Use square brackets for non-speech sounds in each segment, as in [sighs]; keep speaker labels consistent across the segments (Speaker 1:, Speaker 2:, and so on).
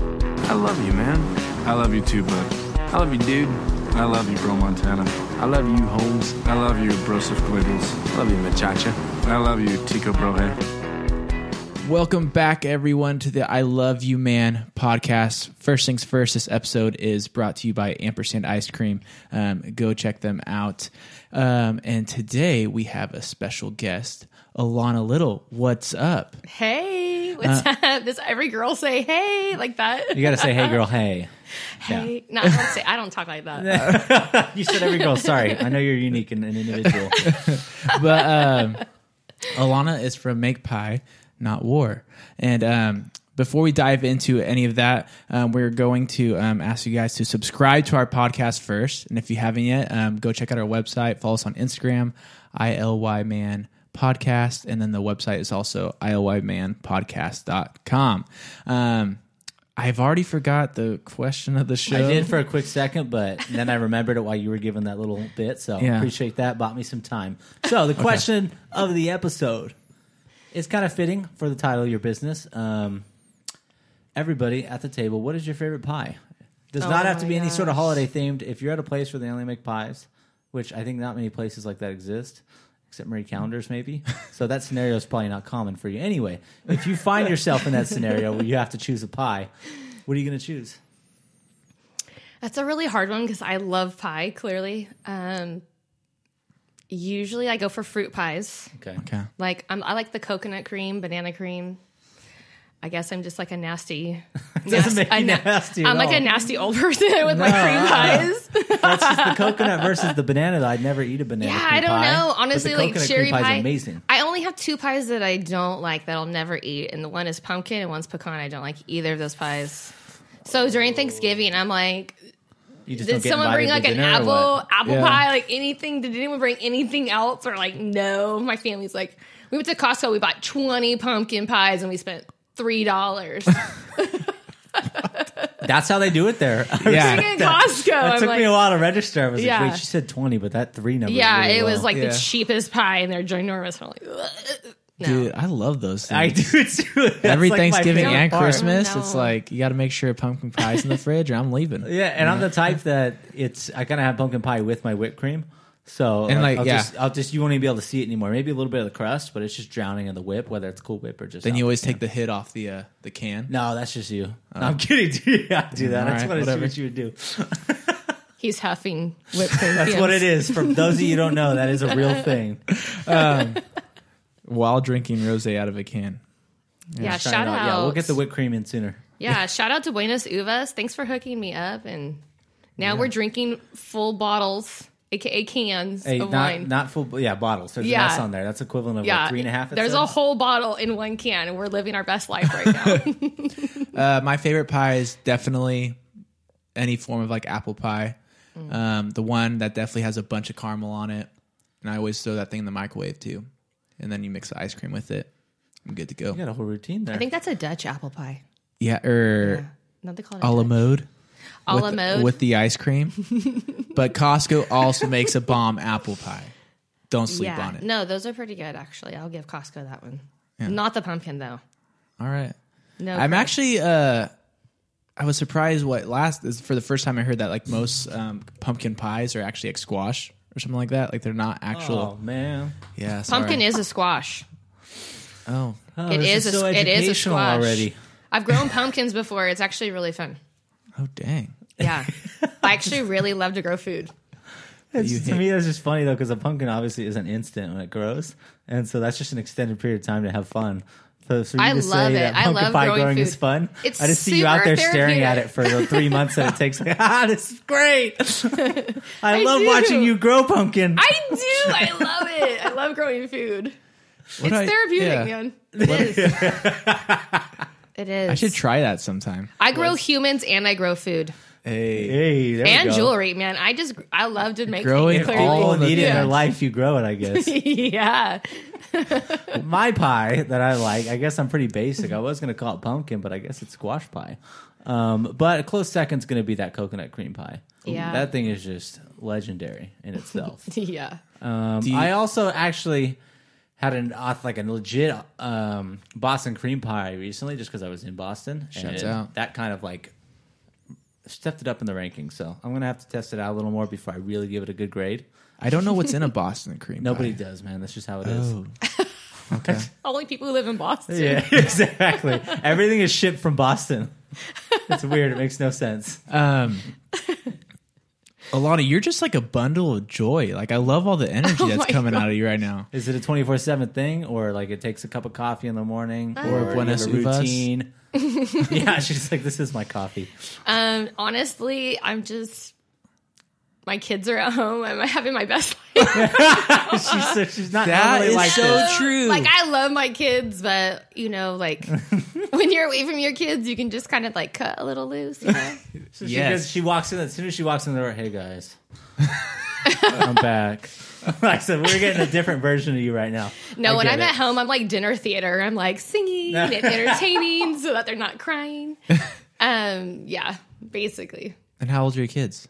Speaker 1: love you, man. I love you too, bud. I love you, dude. I love you, bro Montana. I love you, Holmes. I love you, Broseph Quiggles. Love you, Machacha. I love you, Tico Brohe.
Speaker 2: Welcome back, everyone, to the I Love You Man podcast. First things first, this episode is brought to you by Ampersand Ice Cream. Um, go check them out. Um, and today we have a special guest, Alana Little. What's up?
Speaker 3: Hey, what's
Speaker 4: Uh,
Speaker 3: up? Does every girl say hey like that?
Speaker 4: You gotta say, "Hey, girl, hey."
Speaker 3: hey, no, I don't say. I don't talk like
Speaker 4: [laughs]
Speaker 3: that.
Speaker 4: You said every girl. Sorry, I know you're unique and an individual.
Speaker 2: but um, Alana is from Make Pie, not War. And um, before we dive into any of that, um, we're going to um, ask you guys to subscribe to our podcast first. And if you haven't yet, um, go check out our website. Follow us on Instagram, ILY Man Podcast. And then the website is also ILYManPodcast.com. Um, I've already forgot the question of the show.
Speaker 4: I did for a quick second, but then I remembered it while you were giving that little bit. So
Speaker 2: Yeah.
Speaker 4: appreciate that. Bought me some time. So the question of the episode is kind of fitting for the title of your business. Um, everybody at the table, what is your favorite pie? Does
Speaker 3: Oh
Speaker 4: not have to
Speaker 3: my
Speaker 4: be any sort of
Speaker 3: gosh.
Speaker 4: holiday themed. If you're at a place where they only make pies, which I think not many places like that exist, except Marie Callender's maybe. so that scenario is probably not common for you. Anyway, if you find yourself in that scenario where you have to choose a pie, what are you going to choose?
Speaker 3: That's a really hard one because I love pie. Clearly, um, usually I go for fruit pies.
Speaker 4: Okay.
Speaker 2: Okay.
Speaker 3: Like I'm, I like the coconut cream, banana cream. I guess I'm just like a nasty.
Speaker 4: [laughs] Doesn't make
Speaker 3: I
Speaker 4: you
Speaker 3: know.
Speaker 4: nasty at
Speaker 3: I'm like
Speaker 4: all.
Speaker 3: a nasty old [laughs] person with my cream pies.
Speaker 4: That's just the coconut versus the banana. That I'd never eat a banana.
Speaker 3: Yeah,
Speaker 4: cream
Speaker 3: I don't
Speaker 4: pie,
Speaker 3: know.
Speaker 4: but the
Speaker 3: Honestly, like
Speaker 4: coconut
Speaker 3: cherry
Speaker 4: cream pie,
Speaker 3: pie.
Speaker 4: is amazing.
Speaker 3: I only have two pies that I don't like that I'll never eat, and the one is pumpkin and one's pecan. I don't like either of those pies. So during Thanksgiving, I'm like,
Speaker 4: You just
Speaker 3: did
Speaker 4: don't get
Speaker 3: someone bring
Speaker 4: invited
Speaker 3: like
Speaker 4: to
Speaker 3: an
Speaker 4: dinner or
Speaker 3: apple
Speaker 4: what?
Speaker 3: apple
Speaker 2: Yeah.
Speaker 3: pie, like anything? Did anyone bring anything else? Or like, no, my family's like, we went to Costco, we bought twenty pumpkin pies, and we spent three
Speaker 4: [laughs]
Speaker 3: dollars.
Speaker 4: That's how they do
Speaker 3: [laughs]
Speaker 4: it there.
Speaker 2: Yeah.
Speaker 3: At Costco,
Speaker 4: It
Speaker 3: I'm
Speaker 4: took
Speaker 3: like,
Speaker 4: me a while to register. I was
Speaker 3: Yeah.
Speaker 4: like, wait, she said 20, but that three number. is
Speaker 3: yeah,
Speaker 4: really
Speaker 3: it
Speaker 4: low.
Speaker 3: was like
Speaker 2: Yeah.
Speaker 3: the cheapest pie, and they're ginormous. I'm like, "Ugh." no.
Speaker 2: Dude, I love those things.
Speaker 4: [laughs] I do it too. [laughs] That's
Speaker 2: Every
Speaker 4: like my
Speaker 2: Thanksgiving
Speaker 4: favorite
Speaker 2: and
Speaker 4: part.
Speaker 2: Christmas,
Speaker 3: No.
Speaker 2: it's like you got to make sure pumpkin pie's in the fridge, or I'm leaving.
Speaker 4: [laughs] Yeah, and I'm the type that it's, I kind of have pumpkin pie with my whipped cream. So uh,
Speaker 2: And, like,
Speaker 4: I'll
Speaker 2: yeah.
Speaker 4: just, I'll just, you won't even be able to see it anymore. Maybe a little bit of the crust, but it's just drowning in the whip, whether it's cool whip or just.
Speaker 2: Then you
Speaker 4: out.
Speaker 2: always take the hit off the uh, the can.
Speaker 4: No, that's just you. No, I'm kidding. [laughs] Dude. Yeah, I do that.
Speaker 2: All
Speaker 4: That's
Speaker 2: right,
Speaker 4: what I
Speaker 2: whatever.
Speaker 4: assumed you would do.
Speaker 3: he's huffing whipped cream.
Speaker 4: [laughs] That's what it is. For those of you who don't know, that is a
Speaker 3: [laughs]
Speaker 4: real thing.
Speaker 2: while drinking rosé out of a can.
Speaker 3: Yeah, shout out.
Speaker 4: Yeah, we'll get the whipped cream in sooner.
Speaker 3: Yeah, shout out to Buenos Uvas. Thanks for hooking me up. And now we're drinking full bottles, aka cans
Speaker 4: Hey,
Speaker 3: of
Speaker 4: not
Speaker 3: wine.
Speaker 4: not full. Yeah, bottles. There's
Speaker 3: Yeah.
Speaker 4: an S on there. That's equivalent of what,
Speaker 3: yeah,
Speaker 4: three and a half. it
Speaker 3: There's
Speaker 4: says?
Speaker 3: a whole bottle in one can, and we're living our best life right
Speaker 4: [laughs]
Speaker 3: now.
Speaker 2: Uh, my favorite pie is definitely any form of like apple pie.
Speaker 3: Mm.
Speaker 2: Um, the one that definitely has a bunch of caramel on it, and I always throw that thing in the microwave too, and then you mix the ice cream with it. I'm good to go.
Speaker 4: You got a whole routine there.
Speaker 3: I think that's a Dutch apple pie.
Speaker 2: Yeah, or
Speaker 3: Not they call it
Speaker 2: a la mode.
Speaker 3: a la
Speaker 2: with-
Speaker 3: mode.
Speaker 2: with the ice
Speaker 3: [laughs]
Speaker 2: cream. but Costco also makes a bomb apple pie. Don't sleep
Speaker 3: yeah,
Speaker 2: on it.
Speaker 3: no, those are pretty good actually. I'll give Costco that one. Not the pumpkin though.
Speaker 2: All right.
Speaker 3: No,
Speaker 2: I'm
Speaker 3: crap.
Speaker 2: actually uh I was surprised what last is for the first time I heard that like most um pumpkin pies are actually like squash or something like that. Like they're not actual
Speaker 4: Oh man,
Speaker 2: yeah. Sorry.
Speaker 3: pumpkin is a squash.
Speaker 2: oh.
Speaker 4: oh,
Speaker 3: It
Speaker 4: this
Speaker 3: is a
Speaker 4: so
Speaker 3: s- it is a
Speaker 4: educational
Speaker 3: squash.
Speaker 4: already.
Speaker 3: I've grown pumpkins before. It's actually really fun.
Speaker 2: Oh dang. [laughs]
Speaker 3: Yeah, I actually really love to grow food.
Speaker 4: It's,
Speaker 2: you
Speaker 4: to
Speaker 2: hate-
Speaker 4: me, that's just funny though, because a pumpkin obviously isn't instant when it grows, and so that's just an extended period of time to have fun. So for you
Speaker 3: I
Speaker 4: to
Speaker 3: love
Speaker 4: say
Speaker 3: it.
Speaker 4: that
Speaker 3: I
Speaker 4: pumpkin
Speaker 3: love
Speaker 4: pie
Speaker 3: growing
Speaker 4: growing
Speaker 3: food.
Speaker 4: is fun,
Speaker 3: It's
Speaker 4: I just see you out
Speaker 3: super
Speaker 4: there staring at
Speaker 3: therapeutic.
Speaker 4: it for the three months that it takes. [laughs] Like, ah, this
Speaker 3: [laughs]
Speaker 4: is great. I,
Speaker 3: I
Speaker 4: love
Speaker 3: do.
Speaker 4: watching you grow pumpkin.
Speaker 3: I do. I love it. I love growing food.
Speaker 2: What
Speaker 3: it's
Speaker 2: I-
Speaker 3: therapeutic,
Speaker 2: yeah.
Speaker 3: man. It is.
Speaker 2: [laughs]
Speaker 3: it is.
Speaker 2: I should try that sometime.
Speaker 3: I grow humans and I grow food
Speaker 2: Hey.
Speaker 4: hey, there we
Speaker 3: and
Speaker 4: go.
Speaker 3: jewelry, man. I just I love to make
Speaker 2: Growing
Speaker 3: things, clearly.
Speaker 2: all
Speaker 4: People
Speaker 2: the
Speaker 4: need it in
Speaker 2: Yeah.
Speaker 4: their life. You grow it, I guess.
Speaker 3: [laughs] yeah.
Speaker 4: my pie that I like, I guess I'm pretty basic. I was going to call it pumpkin, but I guess it's squash pie. Um, but a close second's going to be that coconut cream pie.
Speaker 3: Yeah.
Speaker 4: That thing is just legendary in itself.
Speaker 3: Yeah.
Speaker 4: Um, I also actually had an auth- like a legit um, Boston cream pie recently, just because I was in Boston.
Speaker 2: Shouts
Speaker 4: and
Speaker 2: out.
Speaker 4: That kind of like stepped it up in the rankings, so I'm gonna have to test it out a little more before I really give it a good grade.
Speaker 2: I don't know what's in a Boston cream.
Speaker 4: Nobody
Speaker 2: pie.
Speaker 4: does, man. That's just how it is.
Speaker 2: Oh. [laughs] okay.
Speaker 3: Only people who live in Boston.
Speaker 4: Yeah, [laughs] exactly. Everything is shipped from Boston. It's weird. It makes no sense.
Speaker 3: [laughs]
Speaker 2: Um, Alana, you're just like a bundle of joy. Like I love all the energy
Speaker 3: [laughs] Oh
Speaker 2: that's
Speaker 3: my
Speaker 2: coming out of you right now.
Speaker 4: Is it a 24 7 thing or like it takes a cup of coffee in the morning
Speaker 2: Or
Speaker 4: you
Speaker 2: Buenos
Speaker 4: have a
Speaker 2: Uvas.
Speaker 4: routine? [laughs] yeah, she's like, this is my coffee.
Speaker 3: Um, honestly, I'm just my kids are at home. I'm having my best [laughs] life.
Speaker 4: She's, so- she's not
Speaker 2: That
Speaker 4: normally
Speaker 2: is
Speaker 4: like
Speaker 2: so
Speaker 4: this.
Speaker 2: true.
Speaker 3: Like I love my kids, but you know,
Speaker 4: [laughs]
Speaker 3: like when you're away from your kids, you can just kind of like cut a little loose.
Speaker 4: [laughs]
Speaker 3: You know?
Speaker 4: So she,
Speaker 2: Yes.
Speaker 4: goes- she walks in, as soon as she walks in the door, hey guys, [laughs] I'm back. I said, we're getting a different version of you right now.
Speaker 3: No,
Speaker 4: I
Speaker 3: when
Speaker 4: get
Speaker 3: I'm
Speaker 4: it.
Speaker 3: at home, I'm like dinner theater. I'm like singing
Speaker 4: [laughs]
Speaker 3: and entertaining so that they're not crying. Um, yeah, basically.
Speaker 2: And how old are your kids?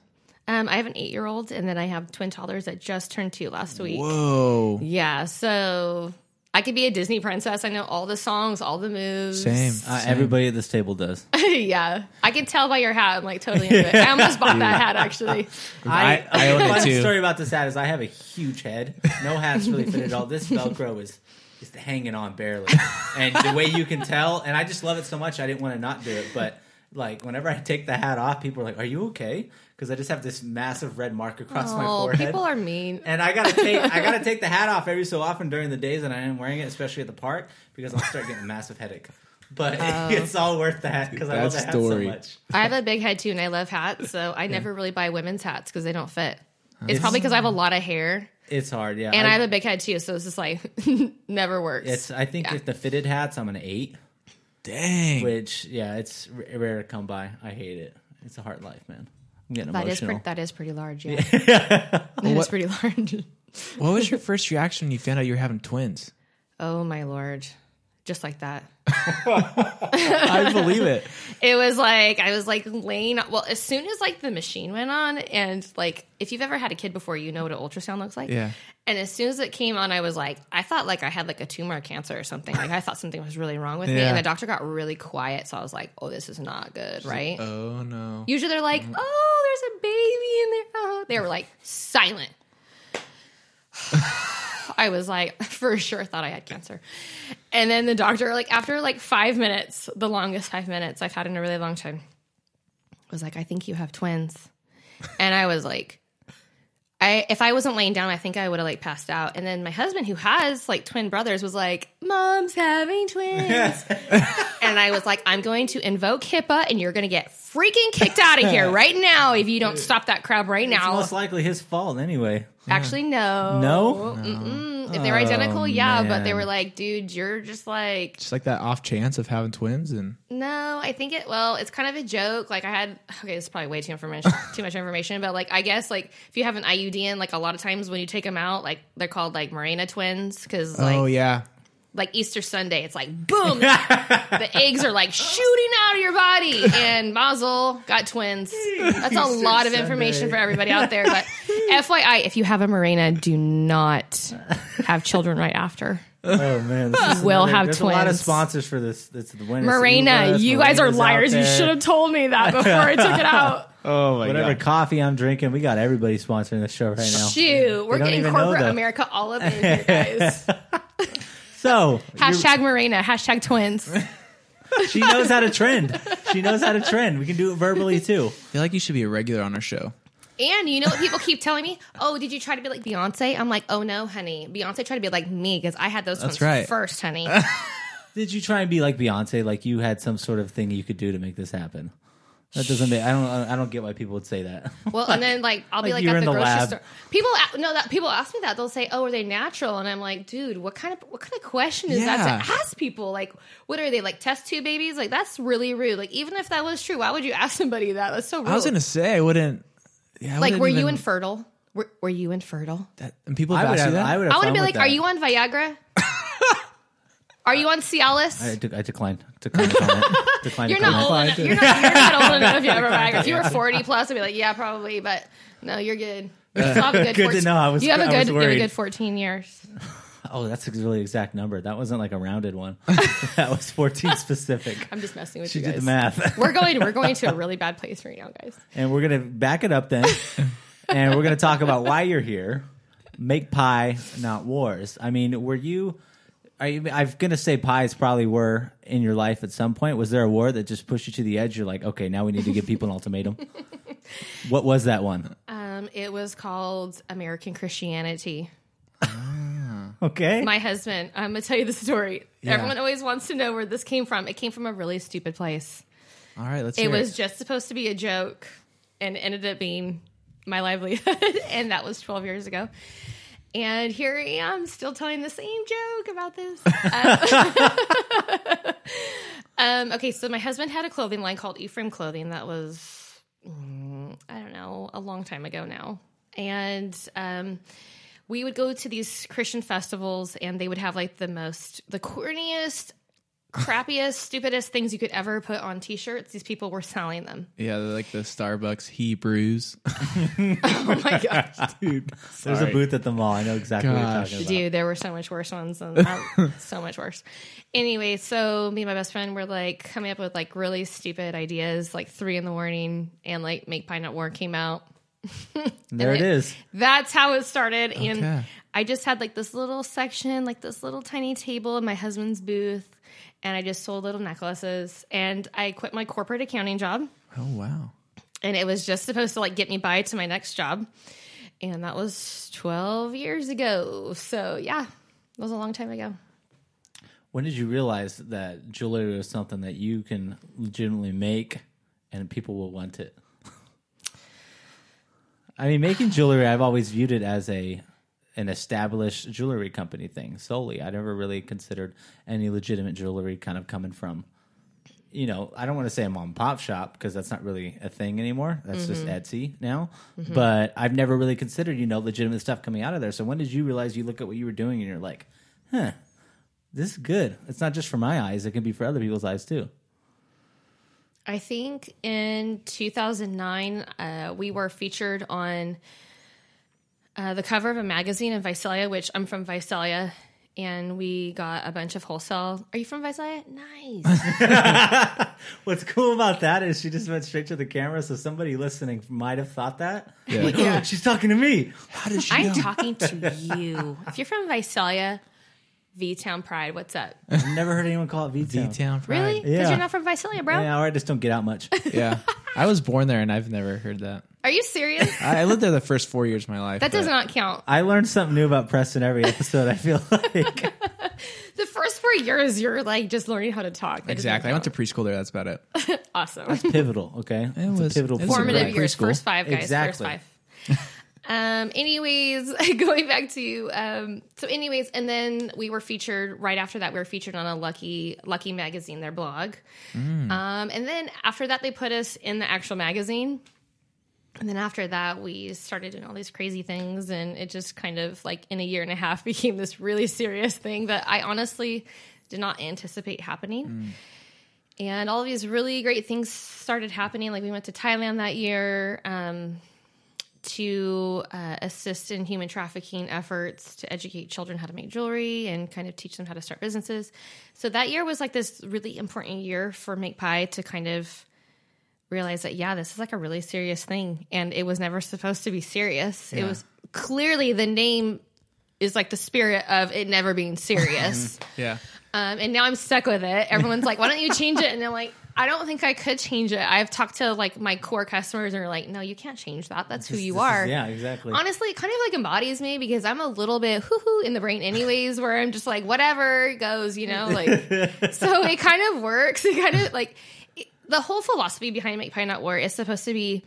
Speaker 3: Um, I have an eight year old, and then I have twin toddlers that just turned two last week.
Speaker 2: Whoa.
Speaker 3: Yeah, so I could be a Disney princess. I know all the songs, all the moves.
Speaker 2: Same.
Speaker 4: Uh, everybody at this table does.
Speaker 3: [laughs] yeah, I can tell by your hat. I'm like totally into it. I
Speaker 4: [laughs]
Speaker 3: almost bought that hat actually.
Speaker 2: I- I own it
Speaker 4: fun
Speaker 2: too.
Speaker 4: story about this hat is I have a huge head. No hats really fit at all. This Velcro is just hanging on barely. And the way you can tell, and I just love it so much, I didn't want to not do it. But like whenever I take the hat off, people are like, "Are you okay?" Because I just have this massive red mark across my
Speaker 3: Oh,
Speaker 4: forehead.
Speaker 3: people are mean.
Speaker 4: and I gotta take I gotta take the hat off every so often during the days that I am wearing it, especially at the park, because I'll start getting a massive headache. But
Speaker 3: Oh.
Speaker 4: [laughs] it's all worth the hat because I love
Speaker 2: That
Speaker 4: the hat
Speaker 2: story.
Speaker 4: so much.
Speaker 3: I have a big head too, and I love hats, so I never really buy women's hats because they don't fit. It's probably because I have a lot of hair
Speaker 4: It's hard, yeah.
Speaker 3: and I have a big head too, so it's just like [laughs] never works.
Speaker 4: It's. I think
Speaker 3: Yeah.
Speaker 4: if the fitted hats, I'm an eight.
Speaker 2: Dang.
Speaker 4: Which, yeah, it's r- rare to come by. I hate it. It's a hard life, man. I'm getting
Speaker 3: that is
Speaker 4: emotional.
Speaker 3: pretty, that is pretty large. Yeah, [laughs] that is pretty large. [laughs]
Speaker 2: What was your first reaction when you found out you were having twins?
Speaker 3: Oh my lord, just like that.
Speaker 2: I believe it.
Speaker 3: It was like I was like laying. Well, as soon as like the machine went on, and like if you've ever had a kid before, you know what an ultrasound looks like.
Speaker 2: Yeah.
Speaker 3: And as soon as it came on, I was like, I thought like I had like a tumor or cancer or something. Like I thought something was really wrong with me.
Speaker 2: Yeah.
Speaker 3: And the doctor got really quiet. So I was like, oh, this is not good, right?
Speaker 2: Oh no.
Speaker 3: Usually they're like, oh, there's a baby in there. Oh, they were like silent. I was like, [laughs] for sure, thought I had cancer. And then the doctor, like, after like five minutes, the longest five minutes I've had in a really long time, was like, I think you have twins. And I was like, I, if I wasn't laying down, I think I would have like passed out. And then my husband, who has like twin brothers, was like, "Mom's having twins," and I was like, "I'm going to invoke HIPAA, and you're going to get freaking kicked out of here right now if you don't stop that crowd right
Speaker 4: It's
Speaker 3: now."
Speaker 4: most likely his fault anyway.
Speaker 3: Actually, no,
Speaker 4: No?
Speaker 3: Mm-mm. if they're
Speaker 2: Oh,
Speaker 3: identical, yeah, but they
Speaker 4: man.
Speaker 3: were like, "Dude, you're just like
Speaker 2: Just like that off chance of having twins and
Speaker 3: no, I think it. Well, it's kind of a joke. Like I had. Okay, this is probably way
Speaker 2: [laughs]
Speaker 3: too information, too much information. But like, I guess like if you have an IUD in, like a lot of times when you take them out, like they're called like Mirena twins because like
Speaker 2: oh yeah.
Speaker 3: like Easter Sunday, it's like
Speaker 2: [laughs]
Speaker 3: boom, the eggs are like shooting out of your body. And Mazel got twins. That's a lot of information for everybody out there.
Speaker 2: [laughs]
Speaker 3: But FYI, if you have a Mirena, do not have children right after.
Speaker 4: Oh
Speaker 3: [laughs]
Speaker 4: man, this is
Speaker 3: Will have
Speaker 4: there's A lot of
Speaker 3: twins.
Speaker 4: sponsors for this. It's the winners.
Speaker 3: Mirena, you guys are liars. You should have told me that before I took it out.
Speaker 2: Oh my
Speaker 4: Whatever coffee I'm drinking, we got everybody sponsoring this show right now.
Speaker 3: Shoot, we're
Speaker 4: don't
Speaker 3: getting
Speaker 4: even know
Speaker 3: corporate
Speaker 4: that.
Speaker 3: America all up in here, guys.
Speaker 4: So
Speaker 3: hashtag Mirena, hashtag twins.
Speaker 4: you're- she knows how to trend. She knows how to trend. We can do it verbally too.
Speaker 2: I feel like you should be a regular on our show.
Speaker 3: And you know what people keep telling me? Oh, did you try to be like Beyonce? I'm like, oh no, honey. Beyonce tried to be like me because I had those
Speaker 2: That's
Speaker 3: ones
Speaker 2: right.
Speaker 3: first, honey.
Speaker 4: Did you try and be like Beyonce? Like you had some sort of thing you could do to make this happen? That doesn't make. I don't. I don't get why people would say that.
Speaker 3: Well, and then like I'll be
Speaker 4: Like
Speaker 3: like
Speaker 4: you were
Speaker 3: at
Speaker 4: in
Speaker 3: the,
Speaker 4: the
Speaker 3: grocery
Speaker 4: lab.
Speaker 3: store. People a- no that people ask me that they'll say, "Oh, are they natural?" And I'm like, "Dude, what kind of what kind of question is that to
Speaker 2: Yeah.
Speaker 3: ask people? Like, what are they like test tube babies? Like that's really rude. Like even if that was true, why would you ask somebody that? That's so rude.
Speaker 2: I was gonna say I wouldn't yeah, I
Speaker 3: Oh. like,
Speaker 2: wouldn't
Speaker 3: were you
Speaker 2: even-
Speaker 3: infertile? Were, were you infertile?
Speaker 2: that, and people have
Speaker 4: I would
Speaker 2: asked
Speaker 4: have.
Speaker 2: you that?
Speaker 4: I would have.
Speaker 3: I would
Speaker 4: fun
Speaker 3: be
Speaker 4: with
Speaker 3: like,
Speaker 4: that.
Speaker 3: "Are you on Viagra? are you on Cialis?"
Speaker 4: I, dec- I declined.
Speaker 3: [laughs]
Speaker 4: Declined to comment. Declined
Speaker 3: You're
Speaker 4: to
Speaker 3: not
Speaker 4: comment.
Speaker 3: old enough. You're not, you're not old enough yet, Mariah. If you were 40 plus, I'd be like, yeah, probably. But no, you're good. You still have a good,
Speaker 4: [laughs] Good to
Speaker 3: 14
Speaker 4: know. I was-
Speaker 3: you have a
Speaker 4: I
Speaker 3: good.
Speaker 4: was
Speaker 3: You have a
Speaker 4: worried.
Speaker 3: good 14 years.
Speaker 4: Oh, that's a really exact number. That wasn't like a
Speaker 3: [laughs]
Speaker 4: rounded one. that was 14 specific.
Speaker 3: I'm just messing with
Speaker 4: She
Speaker 3: you
Speaker 4: did the
Speaker 3: guys.
Speaker 4: math.
Speaker 3: We're going we're going
Speaker 4: [laughs]
Speaker 3: to a really bad place right now, guys.
Speaker 4: and we're going to back it up then. and we're going to talk about why you're here. Make pie, not wars. I mean, were you. Are you, I'm going to say pies probably were in your life at some point. Was there a war that just pushed you to the edge? You're like, okay, now we need to give people an
Speaker 3: [laughs]
Speaker 4: ultimatum. what was that one?
Speaker 3: Um, it was called American Christianity.
Speaker 4: Okay.
Speaker 3: My husband, I'm gonna tell you the story. Everyone always wants to know where this came from. It came from a really stupid place.
Speaker 2: All right, let's.
Speaker 3: it
Speaker 2: hear
Speaker 3: was just supposed to be a joke and ended up being my livelihood [laughs] and that was 12 years ago and here i am still telling the same joke
Speaker 2: [laughs]
Speaker 3: about this Um, [laughs] um, okay so my husband had a clothing line called ephraim clothing that was mm, i don't know a long time ago now and um, we would go to these christian festivals and they would have like the most the corniest crappiest, stupidest things you could ever put on t-shirts. These people were selling them.
Speaker 2: Yeah, they're like the Starbucks Hebrews. [laughs]
Speaker 3: Oh my gosh,
Speaker 2: Dude,
Speaker 4: There's a booth at the mall. I know exactly what you're
Speaker 2: Gosh.
Speaker 4: talking about.
Speaker 3: dude, there were so much worse ones, and that, so much worse. Anyway, so me and my best friend were like coming up with like really stupid ideas, like three in the morning, and like make pine nut war came out.
Speaker 4: There it is.
Speaker 3: That's how it started, and
Speaker 2: Okay.
Speaker 3: I just had like this little section, like this little tiny table in my husband's booth, and I just sold little necklaces. And I quit my corporate accounting job.
Speaker 2: Oh wow.
Speaker 3: and it was just supposed to like get me by to my next job and that was 12 years ago so yeah that was a long time ago
Speaker 4: When did you realize that jewelry was something that you can legitimately make and people will want it? I mean, making jewelry, I've always viewed it as a an established jewelry company thing solely. I never really considered any legitimate jewelry kind of coming from, you know, I don't want to say a mom and pop shop because that's not really a thing anymore. That's just Etsy now. But I've never really considered, you know, legitimate stuff coming out of there. So when did you realize you look at what you were doing and you're like, huh, this is good. It's not just for my eyes; it can be for other people's eyes too.
Speaker 3: i think in 2009 uh, we were featured on uh, the cover of a magazine in visalia which i'm from visalia and we got a bunch of wholesale are you from visalia
Speaker 4: [laughs]
Speaker 3: nice
Speaker 4: What's cool about that is she just went straight to the camera, so somebody listening might have thought that. Like, oh, she's talking to me.
Speaker 2: How did she?
Speaker 3: i'm talking to you if you're from visalia v-town pride what's up
Speaker 4: I've never heard anyone call it V
Speaker 2: D
Speaker 4: Town.
Speaker 2: Town
Speaker 3: really because
Speaker 4: Yeah.
Speaker 3: you're not from visalia bro
Speaker 4: Yeah, or I just don't get out much.
Speaker 3: [laughs]
Speaker 2: Yeah, I was born there, and I've never heard that.
Speaker 3: are you serious
Speaker 2: I, I lived there the first four years of my life.
Speaker 3: that
Speaker 2: but-
Speaker 3: does not count
Speaker 4: I learned something new about Preston every episode. I feel like
Speaker 3: The first four years, you're like just learning how to talk. That doesn't
Speaker 2: Exactly. I went to
Speaker 3: count.
Speaker 2: preschool there. That's about it.
Speaker 3: awesome
Speaker 4: pivotal. Okay, it
Speaker 2: was-
Speaker 4: pivotal.
Speaker 2: it was a
Speaker 4: point.
Speaker 3: formative
Speaker 2: great
Speaker 3: years.
Speaker 2: preschool.
Speaker 3: First five guys. First
Speaker 4: Exactly.
Speaker 3: five. [laughs] um. Anyways, [laughs] going back to um. So, anyways, and then we were featured right after that. We were featured on a Lucky Lucky magazine, their blog. Um. And then after that, they put us in the actual magazine. And then after that, we started doing all these crazy things, and it just kind of like in a year and a half [laughs] became this really serious thing that I honestly did not anticipate happening. And all these really great things started happening. Like we went to Thailand that year um, to uh, assist in human trafficking efforts to educate children how to make jewelry and kind of teach them how to start businesses. So that year was like this really important year for Make Pie to kind of realize that yeah this is like a really serious thing and it was never supposed to be serious it was clearly the name is like the spirit of it never being
Speaker 4: [laughs]
Speaker 3: serious
Speaker 2: [laughs] Yeah.
Speaker 3: um, and now i'm stuck with it everyone's like why don't you change it and i'm like i don't think i could change it i've talked to like my core customers and they're like no you can't change that that's who
Speaker 4: This-
Speaker 3: you
Speaker 4: this is-
Speaker 3: are
Speaker 4: yeah, exactly.
Speaker 3: Honestly, it kind of like embodies me because I'm a little bit hoo hoo in the brain, anyways, where I'm just like, whatever goes, you know? Like, so it kind of works. It kind of like it, the whole philosophy behind Make Pie Not War is supposed to be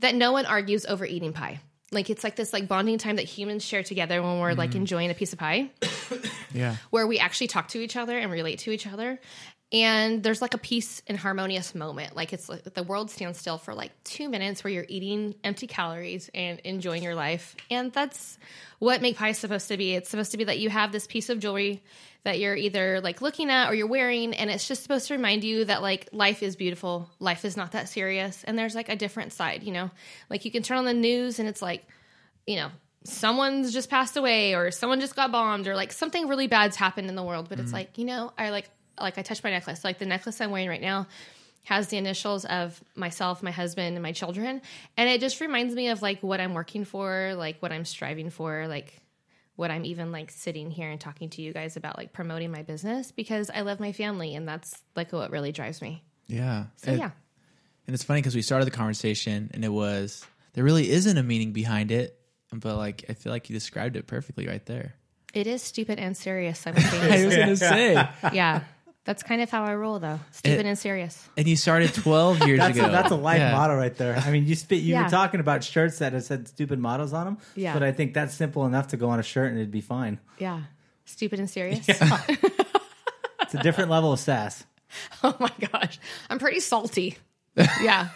Speaker 3: that no one argues over eating pie. Like, it's like this like bonding time that humans share together when we're like enjoying a piece of pie
Speaker 2: Yeah.
Speaker 3: where we actually talk to each other and relate to each other. And there's like a peace and harmonious moment. Like it's like the world stands still for like two minutes where you're eating empty calories and enjoying your life. And that's what Make Pie is supposed to be. It's supposed to be that you have this piece of jewelry that you're either like looking at or you're wearing. And it's just supposed to remind you that like life is beautiful, life is not that serious. And there's like a different side, you know? Like you can turn on the news and it's like, you know, someone's just passed away or someone just got bombed or like something really bad's happened in the world but
Speaker 2: Mm-hmm.
Speaker 3: it's like you know i like like i touched my necklace like the necklace i'm wearing right now has the initials of myself my husband and my children and it just reminds me of like what i'm working for like what i'm striving for like what i'm even like sitting here and talking to you guys about like promoting my business because i love my family and that's like what really drives me
Speaker 2: Yeah.
Speaker 3: so
Speaker 2: It-
Speaker 3: yeah
Speaker 2: And it's funny because we started the conversation and it was there really isn't a meaning behind it, but like I feel like you described it perfectly right there.
Speaker 3: it is stupid and
Speaker 2: [laughs]
Speaker 3: serious
Speaker 2: I was
Speaker 3: simultaneously
Speaker 2: gonna say,
Speaker 3: yeah that's kind of how i roll though stupid
Speaker 2: It-
Speaker 3: and serious
Speaker 2: and you started twelve years
Speaker 4: That's a,
Speaker 2: ago.
Speaker 4: that's a life
Speaker 2: Yeah.
Speaker 4: motto right there. I mean, you spit. You
Speaker 3: Yeah.
Speaker 4: were talking about shirts that had said stupid mottos on them.
Speaker 3: Yeah.
Speaker 4: But I think that's simple enough to go on a shirt and it'd be fine.
Speaker 3: Yeah. Stupid and
Speaker 4: [laughs]
Speaker 3: serious.
Speaker 4: It's a different level of sass.
Speaker 3: [laughs] Oh my gosh. I'm pretty
Speaker 4: [laughs]
Speaker 3: salty. Yeah.